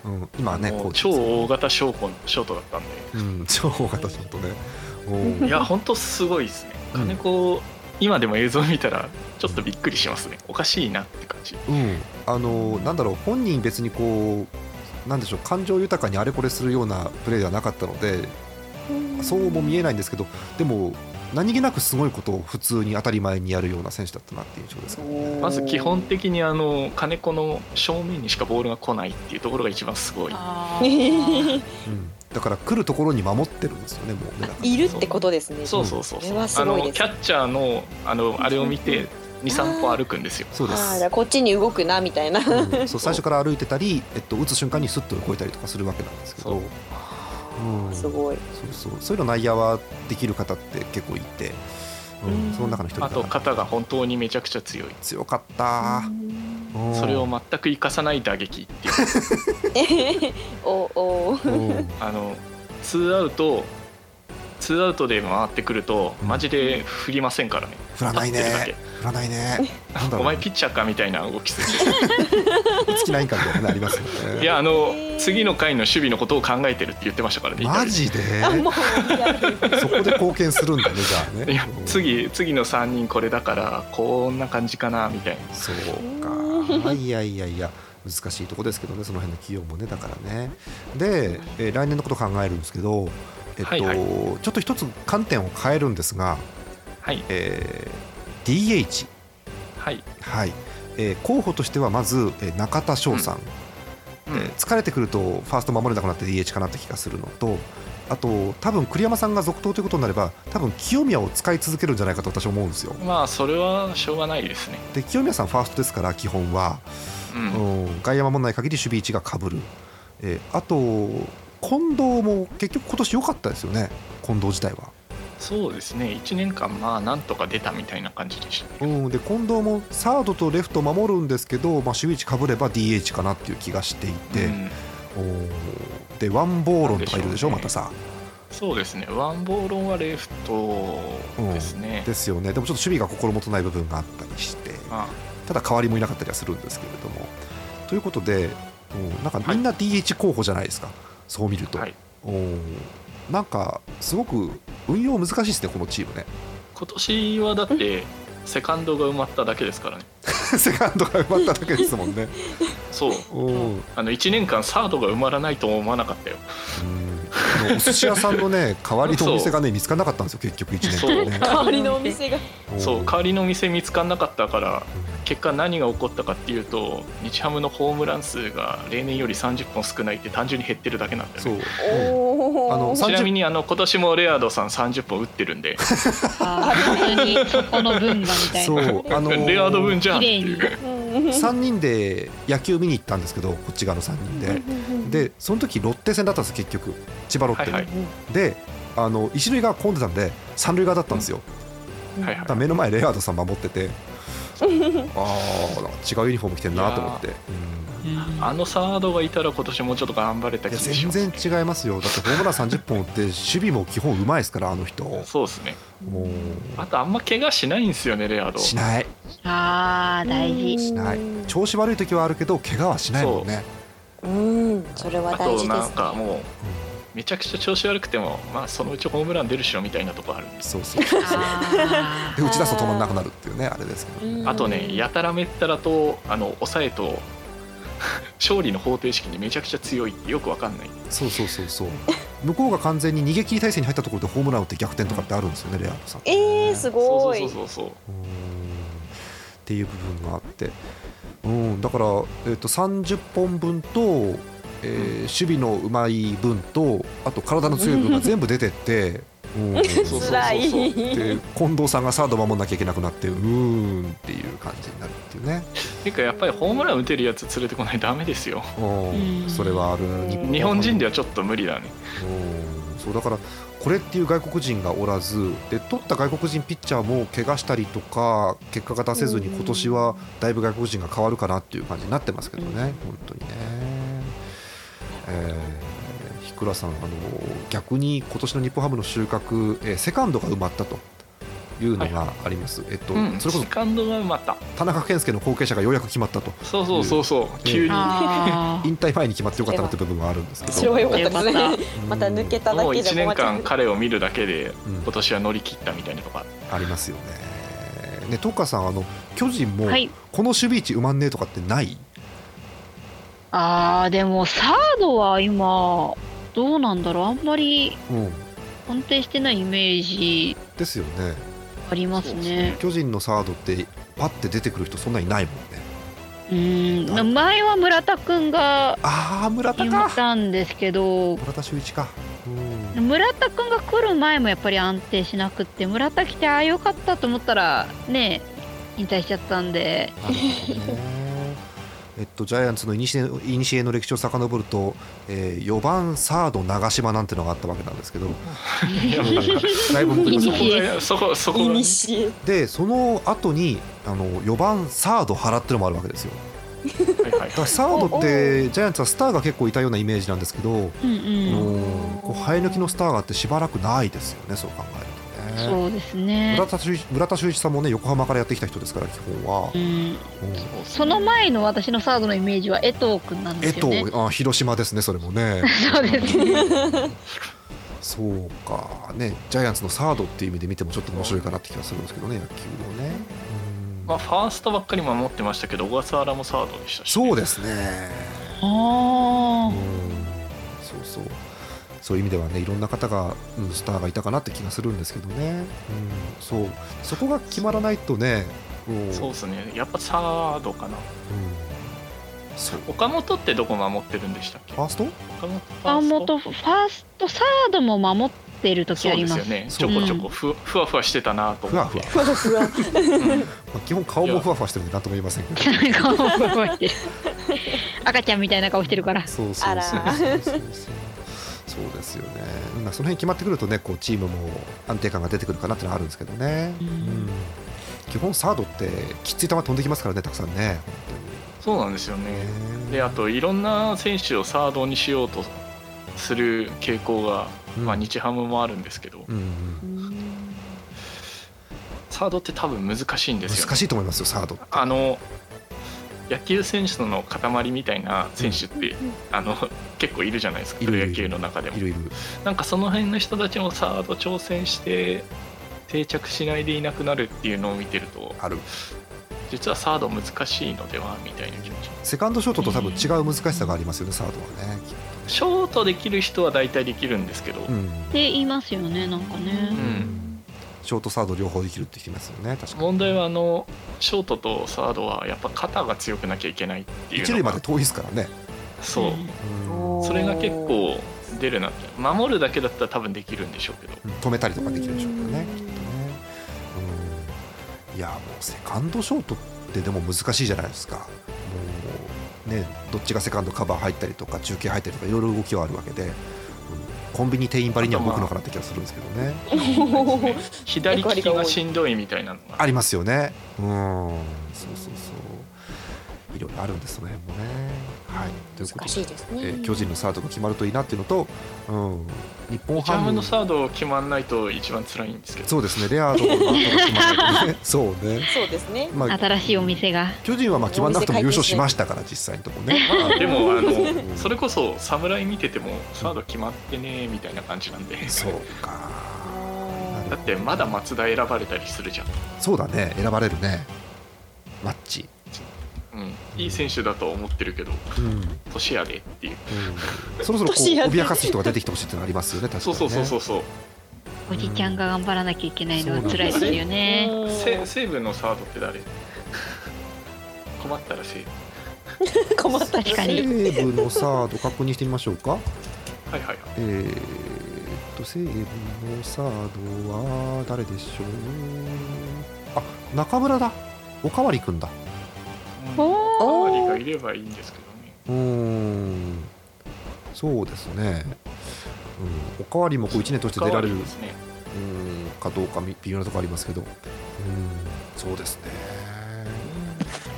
S1: うん、今はね
S3: もう
S1: こう
S3: 超大型ショートショートだったんで
S1: うん、超大型ショッ トね。おー
S3: いや本当すごいですね
S1: うん
S3: 金子、今でも映像見たらちょっとびっくりしますねおかしいなって感じ
S1: うん、あのなんだろう本人別にこうなんでしょう感情豊かにあれこれするようなプレーではなかったのでそうも見えないんですけどでも何気なくすごいことを普通に当たり前にやるような選手だったなっていう印象ですけどね。
S3: まず基本的にあの金子の正面にしかボールが来ないっていうところが一番すごい
S5: あ ー
S1: う
S4: い
S1: ん、だから来るところに守ってるんですよねもうねだから
S4: るってことですね。
S3: そうそうそう
S4: こ
S3: そう
S4: れはす
S3: あ
S4: ごい
S3: の
S4: で
S3: キ
S4: す。
S3: ャッチャーのあのあれを見て23歩歩くんですよ
S1: そうで
S4: ああ、じ
S1: す
S4: ゃあこっちに動くなみたいな。
S1: うん そう最初から歩いてたり、えっと、打つ瞬間にスッと動いたりとかするわけなんですけど、、
S3: そううん
S4: す
S1: い
S4: ごい。
S1: そうそうそういうの内野はできる方って結構いて、うん
S4: うん
S1: その中の一人
S3: あ
S1: だ
S3: と
S1: な
S3: 肩が本当にめちゃくちゃ強い
S1: 強かった、うん
S3: それを全く生かさない打撃っていう
S4: おお。
S1: うん
S3: あのツーアウトツーアウトで回ってくると
S1: うん
S3: マジで振りませんからね
S1: 振らない
S3: 立って
S1: ね
S3: る
S1: 振らないね なんだ
S3: だけお
S1: ろう
S3: 前ピッチャーかみたいな動きす
S1: 尽きないんかみたいなのありますよね
S3: るいやあの
S4: へー
S3: 次の回の守備のことを考えてるって言ってましたからね
S1: マジ で
S4: あもう。
S1: そこで貢献するんだねじゃあね
S3: いや
S1: うん
S3: 次次の3人これだからこんな感じかなみたいな
S1: そうか、いやいやいや、難しいとこですけどね、その辺の企業もね、だからね。で、えー来年のこと考えるんですけど、えっと
S3: はいはい
S1: ちょっと一つ観点を変えるんですが、
S3: はい
S1: えー DH、
S3: はい、
S1: はいえー候補としてはまず、えー中田翔さん、
S3: う
S1: え
S3: ん
S1: ー疲れてくるとファースト守れなくなって DH かなって気がするのと、あと、多分栗山さんが続投ということになれば、多分清宮を使い続けるんじゃないかと私は思うんですよ。
S3: まあそれはしょうがないですね、
S1: で清宮さん、ファーストですから、基本は。
S3: うん
S1: うん、外野守らない限り守備位置がかぶる、えーあと近藤も結局今年良かったですよね近藤自体は、
S3: そうですね1年間まあなんとか出たみたいな感じでした
S1: う
S3: ね、
S1: ん、で近藤もサードとレフト守るんですけど、まあ、守備位置かぶれば DH かなっていう気がしていて、
S3: うん
S1: おーでワンボーロンとかいるでしょ
S3: なん
S1: ま
S3: で
S1: た
S3: し
S1: さ
S3: そうですねワンボールオンはレフトですね、
S1: ですよねでもちょっと守備が心もとない部分があったりして
S3: まあ
S1: ただ代わりもいなかったりはするんですけれどもということで、うん、なんかみんな DH 候補じゃないですか、そう見ると、
S3: はい、
S1: おーなんかすごく運用難しいですねこのチームね
S3: 今年はだってセカンドが埋まっただけですからね
S1: セカンドが埋まっただけですもんね
S3: そう
S1: おー
S3: あの1年間サードが埋まらないとも思わなかったよ
S1: うんあのお寿司屋さんの ね代わりのお店がね見つからなかったんですよ結局1年間ね
S3: そ
S4: 代わりのお店が。
S3: そう代わ
S1: り
S3: りの店見つからなかったから結果何が起こったかっていうと日ハムのホームラン数が例年より30本少ないって単純に減ってるだけなんだよ
S1: そ
S3: ね
S1: う
S4: おお。
S1: あの
S3: ちなみ
S1: 30
S3: にあの今年もレアードさん30本打ってるんで、
S2: あー本当にそこの分がみたい
S1: そ
S2: な。
S1: うあの
S3: レアード分じゃんっ
S2: 綺
S3: て
S2: 麗
S3: い
S2: に
S3: う。
S1: 3人で野球見に行ったんですけどこっち側の3人ででその時ロッテ戦だったんです結局千葉ロッテ、
S3: はいは
S1: であの一塁側混んでたんで三塁側だったんですよ、
S3: はいはい
S1: だから目の前レアードさん守って てああ違うユニフォーム着てんなと思って、うん
S3: あのサードがいたら今年もうちょっと頑張れた
S1: い
S3: 気
S1: や
S3: がし
S1: 全
S3: ます
S1: 然違いますよ、だってホームラン30本打って、守備も基本うまいですから、あの人、も
S3: そうですね
S1: う
S3: あとあんま怪我しないんですよねレアード
S1: しない、
S2: ああ大事。
S1: しない調子悪い時はあるけど、怪我はしないもんね、
S4: うん、それは
S3: あと
S4: 大事で
S3: なん
S4: す。
S3: かもうめちゃくちゃ調子悪くても、まあ、そのうちホームラン出るしろみたいなとこあるんです
S1: そうそうそうそう、
S2: あ
S1: で打ち出すと止まんなくなるっていうね、あれですけど、
S4: うん
S3: あとねやたらめったらとあの抑えと 勝利の方程式にめちゃくちゃ強いってよくわかんない
S1: そうそうそうそう向こうが完全に逃げ切り体制に入ったところでホームラン打って逆転とかってあるんですよねレアードさん。
S4: えー、すごい。
S3: そうそうそうそう
S1: うーんっていう部分があって、うん、だから、えっと30本分と、えー守備のうまい分とあと体の強い分が全部出てって、うん、
S3: そうそう
S4: 辛い。
S1: で近藤さんがサード守んなきゃいけなくなってうーんっていう感じになるっていうね、
S3: てかやっぱりホームラン打てるやつ連れてこないとダメですよ
S1: うん
S2: うん
S1: それはある
S4: うん
S3: 日本人ではちょっと無理だね
S1: うんそうだからこれっていう外国人がおらずで取った外国人ピッチャーも怪我したりとか結果が出せずに今年はだいぶ外国人が変わるかなっていう感じになってますけどね、本当にね。えーひくらさんあの逆に今年の日本ハムの収穫、えーセカンドが埋まったというのがあります、えっと
S3: うん
S1: それこ
S3: セカンドが埋まった
S1: そ田中健介の後継者がようやく決まったと
S3: そうそうそうそう急に
S2: あ
S1: 引退前に決まってよかったなって部分はあるんですけど
S4: それは良かったですね。
S1: うん
S4: また抜けただ
S3: もう
S4: けじ
S3: 1
S4: ゃ
S3: 年間
S4: もう
S3: 彼を見るだけで
S1: うん
S3: 今年は乗り切ったみたい なとか
S1: ありますよね。ね、トッカさん、あの巨人も
S2: ー
S1: こ
S2: はい。
S1: の守備位置埋まんねえとかってない。
S2: ああ、でもサードは今、どうなんだろう。あんまり
S1: うん、
S2: 安定してないイメージ
S1: ですよね。
S2: あります
S3: そうです
S2: ね
S3: ね。
S1: 巨人のサードってパッて出てくる人そんなにないもんね。
S2: うーん。前は村田くんが
S1: ああ、村田
S2: 言
S1: か
S2: っ。たんですけど、
S1: 村田修一か。うん。
S2: 村田くんが来る前もやっぱり安定しなくって、村田来てああよかったと思ったら、ね、引退しちゃったんで、
S1: なるほどね。えっと、ジャイアンツのいにしえの歴史を遡ると、えー、4番サード長嶋なんてのがあったわけなんですけど
S3: いやもうなんか
S1: だいぶ本当にそ
S3: そこ
S1: こ
S2: いい
S3: がそこそこ
S4: い
S3: が
S4: にし え。
S1: でその後にあの4番サード払ってのもあるわけですよ
S3: はいはい
S1: だからサードってジャイアンツはスターが結構いたようなイメージなんですけど、
S2: うん
S1: う
S2: うん。
S1: ん、こう生え抜きのスターがあってしばらくないですよねそう考えるとね
S2: そうですね
S1: 村。田修一村田修一さんもね横浜からやってきた人ですから基本は、
S2: うん。
S1: うん
S2: その前の私のサードのイメージは江藤くんなんで
S1: 江
S2: すよね。
S1: 藤あ広島ですねそれもね
S2: そうですね。
S1: そうかねジャイアンツのサードっていう意味で見てもちょっと面白いかなって気がするんですけどね野球をね、うん
S3: まあ、ファーストばっかり守ってましたけど小笠原もサードでしたし、
S1: そうですね
S2: あ
S1: うんそうそうそういう意味ではねいろんな方が、うん、スターがいたかなって気がするんですけどね、うん、そうそこが決まらないとねうん
S3: そうですねやっぱサードかな
S1: うんそう
S3: 岡本ってどこ守ってるんでしたっけ
S1: ファースト
S3: 岡本
S2: あ。
S3: ファース
S2: も
S3: ト
S2: とファースト、サードも守ってる時
S3: そ
S2: あ
S3: う
S2: り
S3: で
S2: ますす。
S3: よねち
S1: そ
S3: ょ
S1: う
S3: こちょこふ,、ふわふわしてたなと
S1: ふ
S3: 思
S1: わ
S3: っ
S1: ふ
S3: て
S1: わ、
S4: ふわふわ。
S3: うん
S1: まあ、基本顔もふわふわしてるんで何とも言いませんけど
S2: 顔も動いてる 赤ちゃんみたいな顔してるから。
S1: そうそ
S4: あ
S1: う
S4: ら
S1: そうそうそうそうそうですよね、まあ、その辺決まってくるとねこうチームも安定感が出てくるかなってのはあるんですけどね、
S2: うん
S1: うん基本サードってきっつい球飛んできますからねたくさんね
S3: そうなんですよ
S1: 本
S3: ね
S1: 当にね
S3: であといろんな選手をサードにしようとする傾向が、
S1: うん
S3: まあ、日ハムもあるんですけど、
S1: うんうん
S3: サードって多分難しいんですよ、ね
S1: 難、しいと思いますよサードって
S3: あの野球選手の塊みたいな選手って、あの結構いるじゃないですか
S1: い
S3: プ
S1: る
S3: ロ野球の中でも
S1: いるいる
S3: なんかその辺の人たちもサード挑戦して定着しないでいなくなるっていうのを見てると
S1: ある
S3: 実はサード難しいのではみたいな気持ち
S1: セカンドショートと多分違う難しさがありますよねサードはね、
S3: ショートできる人は大体できるんですけど、
S1: うん
S2: って言いますよね、なんかね。
S3: ん
S1: ショートサード両方できるって言ってますよね確かに
S3: 問題はあのショートとサードはやっぱ肩が強くなきゃいけないっていう
S1: 一
S3: の
S1: 塁
S3: が
S1: まで遠いですからね、
S3: そう、
S1: うん
S4: おー
S3: それが結構出るなって守るだけだったら多分できるんでしょうけど
S1: 止めたりとかできるでしょうけどね
S4: う
S1: き
S4: ん
S1: っとね、うん、いやもうセカンドショートってでも難しいじゃないですかもうねどっちがセカンドカバー入ったりとか中継入ったりとかいろいろ動きはあるわけで、うんコンビニ店員ばりには動くのかなって気がするんですけどね
S3: 左利きがしんどいみたいなのが
S1: ありますよねうんそうそうそういろいろあるんですその辺もねはいということ
S4: 難
S1: で
S4: しいです
S1: え
S4: ね
S1: ー。巨人のサードが決まるといいなっていうのと、うん、日本
S3: ジャ
S1: ハ
S3: ム
S1: ム
S3: のサード決まんないと一番辛いんですけど
S1: そうですねレアードのバットが決まらないとねそうね
S4: そうですね。
S1: ま
S2: 新しいお店が。
S1: 巨人はまあ決まらなくても優勝しましたから実際のところね。
S3: まあでもあ
S1: うん
S3: のそれこそ侍見ててもサード決まってねみたいな感じなんで
S1: そうか。
S3: だってまだ松田選ばれたりするじゃん、
S1: そうだね選ばれるね。マッチ。
S3: うん、いい選手だとは思ってるけど
S1: うん
S3: 年やでっていう
S1: うんそろそろこう
S4: 年やね
S1: 脅かす人が出てきてほしいっていうのありますよね、確か
S3: そう
S1: に、ね。
S3: そうそうそうそう
S2: おじちゃんが頑張らなきゃいけないのは辛いですよね。
S3: せ西武のサードって誰困ったら西武
S4: 困った
S2: 確かに
S1: 西武のサード確認してみましょうか。
S3: はいはい
S1: えーっと西武のサードは誰でしょう。あ、中村だ。おかわりくんだ。
S3: うん
S2: お
S4: お
S3: 周り
S4: ー
S3: がいればいいんですけどね
S1: うーん。そうですね。うん、おかわりもこう一年通して出られる
S3: 代わりですね
S1: うんかどうかみ微妙なとこありますけど。うん、そうですね。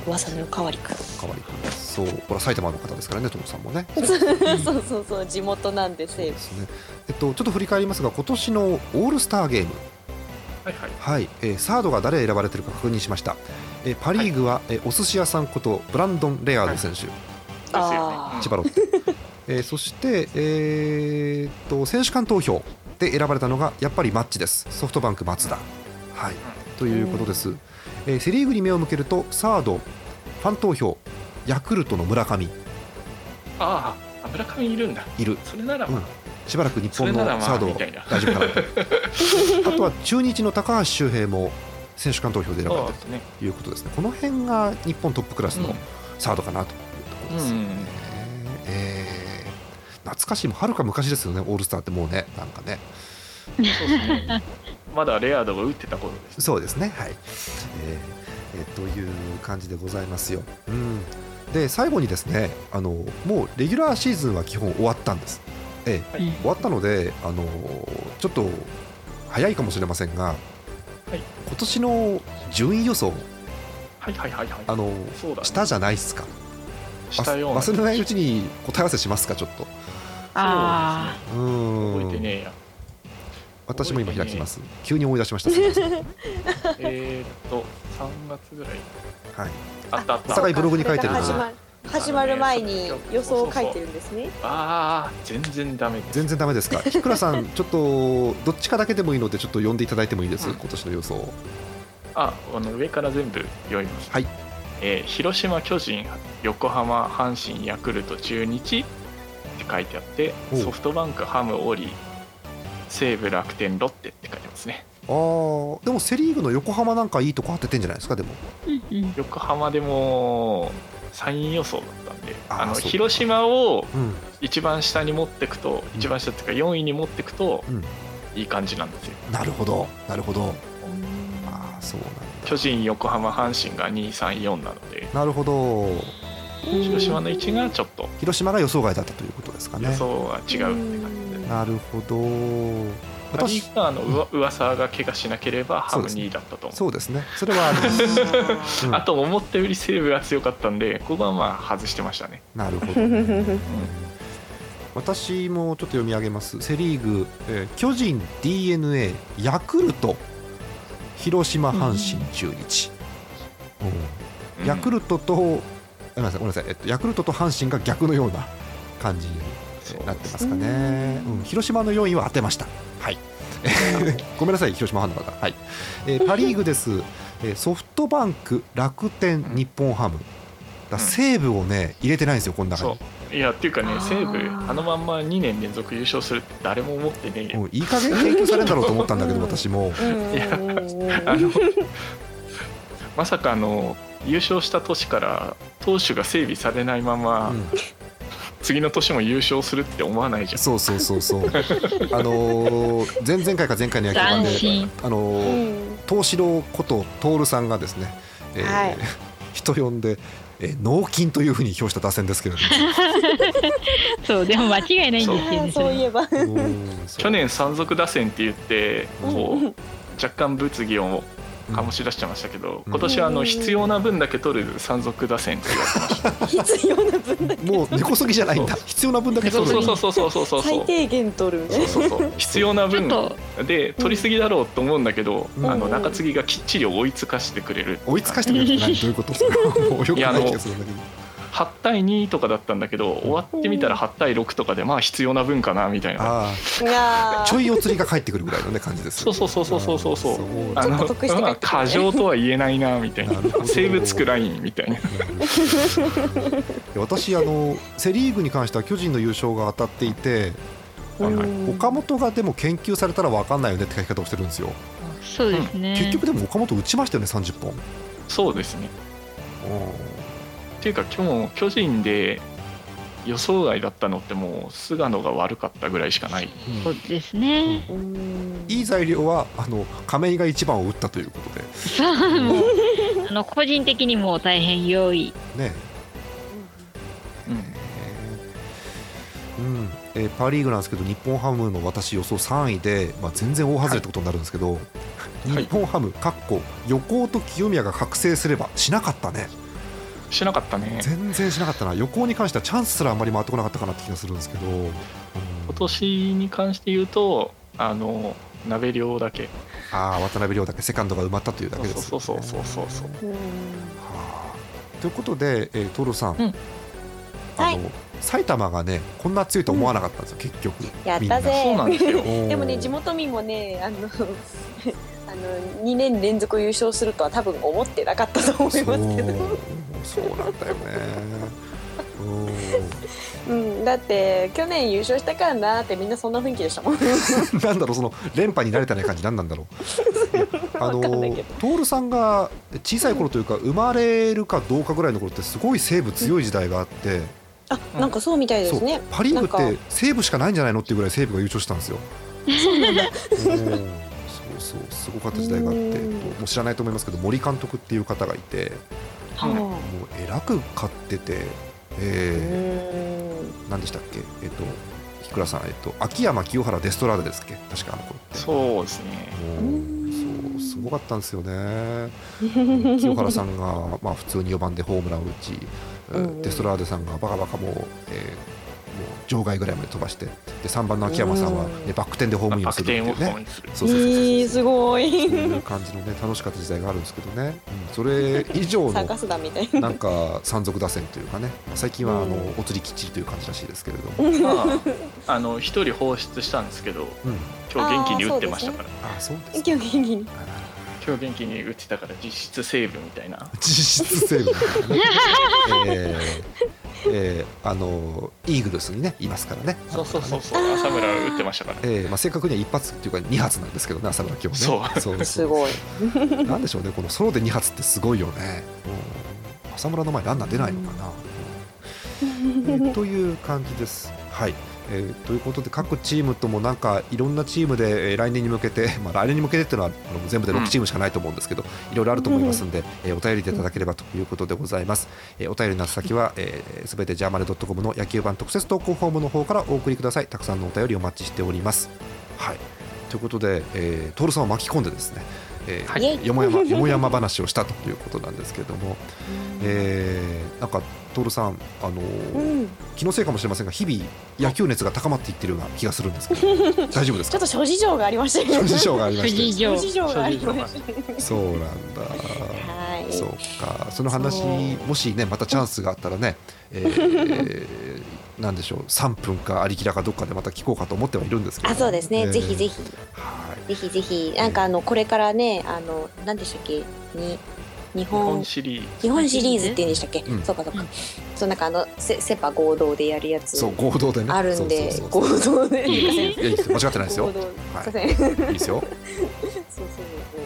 S4: 噂のおかわりくん
S1: おかわりくんです。そう、これは埼玉の方ですからね、トムさんもね。
S4: そうそうそう地元なんで
S1: そう
S4: 西
S1: で
S4: 武
S1: すね。えっとちょっと振り返りますが、今年のオールスターゲーム、
S3: はいはい
S1: はい、えーサードが誰選ばれてるか確認しました。えーパリーグは、えーお寿司屋さんことブランドンレアード選手、
S3: ですよ
S4: あ
S3: ね
S4: ー
S3: うん
S1: 千葉ロッテ。 えーそして、えーっと選手間投票で選ばれたのがやっぱりマッチです。ソフトバンク松田。はい、ということです。えーセリーグに目を向けるとサード、ファン投票、ヤクルトの村上
S3: ああ村上いるんだ
S1: いる。
S3: それなら
S1: う
S3: ま
S1: んしばらく日
S3: そ
S1: 本
S3: れ
S1: の
S3: ならま
S1: サー
S3: あ
S1: ド
S3: み
S1: を
S3: たいな
S1: 大丈夫かな とあとは中日の高橋周平も選手間投票で選ばれ
S3: そう
S1: た
S3: ですね
S1: ということですねこの辺が日本トップクラス
S3: う
S1: の
S3: ん
S1: サードかなというところですよね、
S3: うんうんうん
S1: えー懐かしいもはるか昔ですよねオールスターってもうねなんかね
S3: そうですねまだレアードが打ってた頃です
S1: そうですねはい、えーえーという感じでございますよ、うん、で最後にですねあのもうレギュラーシーズンは基本終わったんです、えー
S3: はい
S1: 終わったので、あのちょっと早いかもしれませんが、
S3: い
S1: 今年の順位予想、
S3: はいはいはいはい
S1: あの
S3: そうだね
S1: したじゃないですか、
S3: したような
S1: 忘忘れないうちに答え合わせしますか、ちょっと。
S2: あ
S1: うーん
S3: 覚えてねえや
S1: 私も今、
S3: 覚え
S1: 開
S3: てね
S1: きます、急に思い出しました、すみません
S3: えーっと3月ぐらい
S1: はい、
S3: あったあった
S1: お互いブログに書いてる
S4: だ
S1: な
S4: から始まる始まる前に予想を書いてるんですね
S3: ああ全然ダメです
S1: 全然だめですか、 ひくらさん、ちょっとどっちかだけでもいいので、ちょっと読んでいただいてもいいです、
S3: うん
S1: 今年の予想、
S3: ああの上から全部読みます
S1: はい
S3: えー広島巨人横浜阪神ヤクルト中日って書いてあって
S1: おう
S3: ソフトバンクハムオリ西武楽天ロッテって書いてますね
S1: あーでもセ・リーグの横浜なんかいいとこ当ててんじゃないですか、でも、
S2: あ。うんうん。
S3: 横浜でも3位予想だったんで
S1: あー
S3: あの
S1: そうか
S3: 広島を
S1: うん
S3: 一番下に持ってくと
S1: うん
S3: 一番下っていうか4位に持ってくと
S1: うん、
S3: いい感じなんですよ
S1: なるほど、なるほど、ああ、そうなんだ、
S3: 巨人横浜阪神が234なので
S1: なるほど、
S4: うん
S3: 広島の1がちょっと
S1: 広島が予想外だったということですか
S3: 予
S1: ね。
S3: 想が違うって感じで
S1: なるほど
S3: パ・リ
S1: 私
S3: ーグはあのうわ噂が怪我しなければハ
S1: そう
S3: ム
S1: ですね
S3: 2位だったと思う
S1: そうですねそれはあり ます、うん
S3: あと思ったより西武が強かったんでここはまあ外してましたね
S1: なるほど、ね、私もちょっと読み上げますセ・リーグ、えー巨人 d n a ヤクルト広島阪神中日、うんヤク
S3: ル
S1: ルトとごめんなさいごめんなさい、えっと、ヤクルトと阪神が逆のような感じになってますかね、
S4: うん
S1: うん広島の4位は当てましたはい ごめんなさい広島ファンの方はい、えーパ・リーグです、えーソフトバンク楽天日本ハムだから西武をね入れてないんですよこの中に
S3: そういやっていうか
S4: あ
S3: ね
S4: ー
S3: 西武あのまんま2年連続優勝するって誰も思ってねえよ
S1: もういい加減研究されるだろうと思ったんだけど私も
S4: うん
S3: いやあのまさかあの優勝した年から投手が整備されないまま、
S1: うん
S3: 次の年も優勝するって思わないじゃん
S1: そうそうそうそうあのー前々回か前回の野球盤で
S2: 斬新
S1: あの
S4: う
S1: ー
S4: ん
S1: 東四郎こと徹さんがですね、えー
S4: はい
S1: 人呼んで、えー、脳筋というふうに評した打線ですけれども
S2: そう、でも間違いないんですよ
S4: あ
S2: ね。
S4: ー
S2: そ
S4: そう
S2: れ
S4: いえば
S1: うんそう
S3: 去年山賊打線って言ってこう若干物議を
S1: うん
S3: 醸し出してましたけど、
S1: うん
S3: 今年はあ
S4: う
S3: の
S4: ん
S3: 必要な分だけ取る山賊打線って言われてました
S4: 必要な分だけ
S1: もう根こそぎじゃないんだ必要な分だけ
S3: そ
S1: 取
S3: う
S1: る
S3: そうそうそうそうそうそうそ
S4: 最
S3: う
S4: 低限取るみたいな
S3: そうそう必要な
S2: ちょっ
S3: 分
S2: と、
S3: で取りすぎだろうと思うんだけど、
S1: うん
S3: あの中継ぎがきっちり追いつかしてくれる
S1: 追いつかしてくれるって何どういうこともうよく
S3: いやあ
S1: な
S3: の
S1: い気がするんだけど
S3: 8対2とかだったんだけど終わってみたら8対6とかでまあ必要な分かなみたいな
S1: あ
S4: が
S1: あちょいお釣りが返ってくるぐらいのね感じです
S3: そうそうそうそうそうそうそう
S1: うん
S3: あ
S4: ちょっ
S3: の
S4: と得して帰
S3: ま
S4: っ
S3: あ
S4: てくるね
S3: 過剰とは言えないなみたいな
S1: なるほど
S3: 生物くラインみたいな
S1: 私あのセ・リーグに関しては巨人の優勝が当たっていて
S3: はいはい
S4: うん
S1: 岡本がでも研究されたら分かんないよねって書き方をしてるんですよ、
S2: そうですね。
S1: 結局でも岡本打ちましたよね30本
S3: そうですね
S1: う
S3: っていうか今日巨人で予想外だったのってもう菅野が悪かったぐらいしかない
S1: ん
S2: そうですね。
S4: うん
S1: いい材料はあの亀井が1番を打ったということで、
S2: そうもうあの個人的にも大変良い。
S1: ね
S3: うん
S1: うんえーパ・リーグなんですけど日本ハムの私予想3位で、まあ、全然大外れってことになるんですけど、
S3: はい
S1: 日本ハム、かっこ横尾と清宮が覚醒すればしなかったね
S3: しなかったね
S1: 全然しなかったな横尾に関してはチャンスすらあんまり回ってこなかったかなって気がするんですけど、うん
S3: 今年に関して言うとあの鍋量だけ
S1: あー渡辺亮だけセカンドが埋まったというだけです、ね、
S3: そうそうそうそうそうそう
S1: はあということで、えー、トロさん、
S3: うん
S1: あ
S4: はい
S1: の埼玉がねこんな強いと思わなかったんですよ、結局
S4: やったぜ
S3: そうなんですよ
S1: みんな
S4: でもね地元民もねあの あの2年連続優勝するとは多分思ってなかったと思いますけど、
S1: そうそうなんだよねう
S4: うん、だって去年優勝したからなってみんなそんな雰囲気でしたもん
S1: んなんだろうその連覇に慣れてない感じ何なんだろう あの
S4: わかんないけど
S1: 徹さんが小さい頃というか生まれるかどうかぐらいの頃ってすごい西武強い時代があって、
S4: あなんかそうみたいで
S1: そう
S4: すね
S1: パ・リーグ
S4: な
S1: っ
S4: ん
S1: て西武しかないんじゃないのっていうぐらい西武が優勝したんですよ。そうそうすごかった時代があって
S4: うん
S1: えっともう知らないと思いますけど森監督っていう方がいて
S4: は
S1: もうえらく勝ってて、
S4: あう
S1: えー
S4: ん
S1: 何でしたっけえっ、とひくらさん、えっと秋山清原デストラーダですっけ確かあの頃って
S3: そうですね
S1: もうそうすごかったんですよ ね清原さんが、まあ、普通に4番でホームランを打ち、
S4: うん
S1: デストラーデさんがバカバカもう,、えーもう場外ぐらいまで飛ばしてで3番の秋山さんは、ね
S4: うん
S1: バック転でホームインを
S3: バ
S1: す
S3: ク
S1: るってい
S3: 転
S1: う
S3: をホーム
S1: ね
S3: にする
S1: そうそうそうそう
S4: いいすごい
S1: そういう感じのね楽しかった時代があるんですけどね、うんそれ以上
S4: サーカ
S1: の
S4: スだみたい
S1: なんか山賊打線というかね最近はあの、
S4: うん
S1: お釣りきっちりという感じらしいですけれども、
S3: まああの一人放出したんですけど
S1: うん
S3: 今日元気に打ってましたから、
S1: あそうです
S4: な今日元気に
S3: 今日元気に打ってたから実質セーブみたいな
S1: 実質セーブだからね えーえーあのイーグルスにねいますからね
S3: そうそうそうそ
S4: あ
S3: う
S4: ー
S3: 浅村は打ってましたから
S1: えーまあ、正確には一発っていうか2発なんですけどね浅村今日ね
S3: そう
S1: そうそう
S4: すごい
S1: なんでしょうねこのソロで2発ってすごいよね、うん浅村の前ランナー出ないのかな、うんえ ーという感じですはい、えーということで各チームともなんかいろんなチームでえー来年に向けて、 まあ、来年に向けてっていうのはあの全部で6チームしかないと思うんですけど、いろいろあると思いますんで、えーお便りでいただければということでございます、えーお便りの宛先はすべ、えー全てジャーマネドットコムの野球版特設投稿フォームの方からお送りくださいたくさんのお便りお待ちしておりますはいということで、えー、徹さんを巻き込んでですね、えー
S3: はい
S4: イエイ
S1: よもやま よもやま話をしたということなんですけれども、えー、なんか徹さん、あのー
S4: うん
S1: 気のせいかもしれませんが日々野球熱が高まっていってるような気がするんですけ ど大丈夫です
S4: ち
S1: か
S4: ょっと諸事情がありましたけど
S1: 諸事情がありま
S2: 不事
S1: して
S2: 情
S4: 諸。事情がありまし
S1: そうなんだ
S4: たはい
S1: そうかその話
S4: そう
S1: もしねまたチャンスがあったらね、えー なんでしょう3分かありきらかどっかでまた聞こうかと思ってはいるんですけど
S4: あそうですね、ぜひぜひ
S1: はい
S4: ぜひぜひなんかあのこれからねあの何でしたっけに日
S3: 日
S4: 本
S3: 本シリーズ
S4: 日本シリーズって言うんでしたっけ、
S1: うん
S4: そうかそうか、
S2: うん
S4: そうなんかあのセセパ合同でやるやつ
S1: そう合同でね
S4: あるんで
S1: そうそうそう
S4: 合同で
S1: いやいいですよ間違ってないです
S4: 合
S1: よ
S4: 同
S1: はい
S4: すいませんそうそう
S1: いいですよ
S4: そう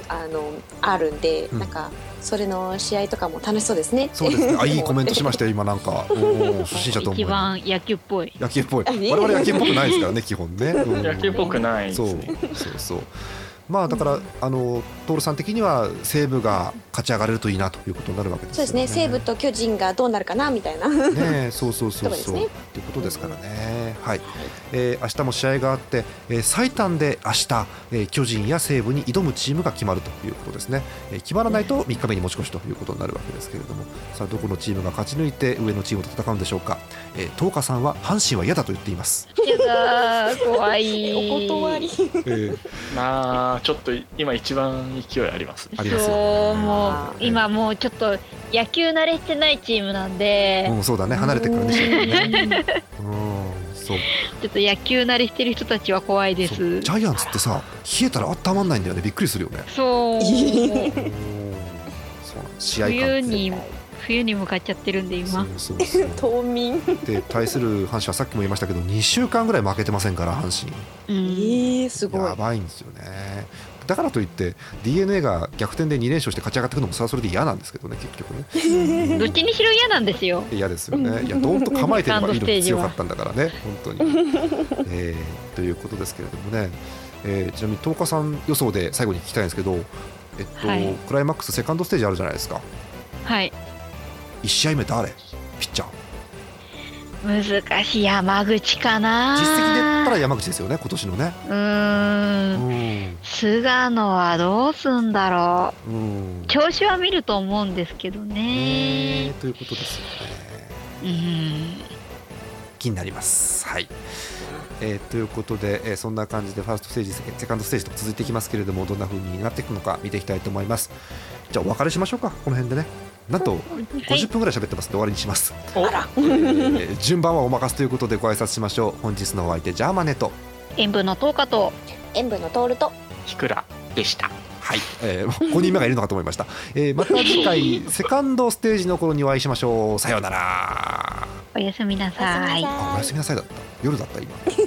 S4: あのあるんで、
S1: うん
S4: なんかそれの試合とかも楽しそうですねって
S1: そうですね。あ、いいコメントしましたよ、今なん か。おー初心者と思
S2: 一
S1: いま
S2: 番野球っぽい。
S1: す。野球っぽい。
S4: あいい
S1: 我々野球っぽくないですからね、基本ね。うん
S3: 野球っぽくないです
S1: そう
S3: ね、
S1: そうそう。まあ、だから、あの、徹さん的には、西武が勝ち上がれるといいなということになるわけです
S4: そう
S1: よ
S4: ですね西武と巨人がどうなるかなみたいなは
S1: ねえ、そうそうそう
S4: とこです
S1: そう。
S4: ね
S1: っていうことですからね。はい。えー明日も試合があって、えー最短で明日、えー巨人や西武に挑むチームが決まるということですね、えー決まらないと3日目に持ち越しということになるわけですけれどもさあどこのチームが勝ち抜いて上のチームと戦うんでしょうか、えー、東花さんは阪神は嫌だと言っています、
S2: やだー怖
S4: い
S2: い。
S4: お断り
S1: えー
S3: まああちょっと今一番勢いありますね
S1: ありますよ
S2: そう、も
S4: あ
S2: う
S1: ー
S2: 今もうちょっと野球慣れしてないチームなんで、
S1: うん、そうだね離れてからね試合からねうんそう
S2: ちょっと野球慣れしてる人たちは怖いで
S1: そう
S2: す
S1: ジ。ャイアンツってさ冷えたら温まんないんだよねびっくりす るよね
S2: そう、
S1: そうなん試合
S2: 冬
S1: 感
S2: に冬に向かっちゃってるんで今。
S1: そうそうそう
S4: 冬眠
S1: で対する阪神はさっきも言いましたけど2週間ぐらい負けてませんから阪
S2: う
S4: え
S2: ん、
S4: ー、す
S1: 神
S4: ごい
S1: やばいんですよねだからといって d n a が逆転で2連勝して勝ち上がってくるのもそれはそれで嫌なんですけどね結局ね
S2: どっちにしろ嫌なんですよ。
S1: 嫌ですよねいやどーんと構えてればいいのに強かったんだからね本当に、 えーということですけれどもね、えーちなみに10日さん予想で最後に聞きたいんですけどえっと、
S2: はい
S1: クライマックスセカンドステージあるじゃないですか
S2: はい、
S1: 1試合目誰ピッチャー
S2: 難しい山口かな。
S1: 実績で言ったら山口ですよね今年のね
S2: うーん、菅野はどうすんだろう。
S1: うんうん
S2: 調子は見ると思うんですけど
S1: えー
S2: ね。
S1: ということですよね
S2: うん、
S1: 気になります。はいえーということで、えーそんな感じでファーストステージセセカンドステージと続いていきますけれどもどんな風になっていくのか見ていきたいと思いますじゃあお別れしましょうかこの辺でねなんと50分ぐらい喋ってますんで終わりにします、
S3: お
S1: えー順番はお任せということでご挨拶しましょう本日のお相手ジャーマネと
S2: 塩分の10日と。
S4: 塩分の通ると
S3: ひくらでした
S1: はい、えー、5人目がいるのかと思いました、えーまた次回セカンドステージの頃にお会いしましょうさようなら
S2: おやすみなさい
S4: おやすみなさい。
S1: あおやすみなさいだった夜だった今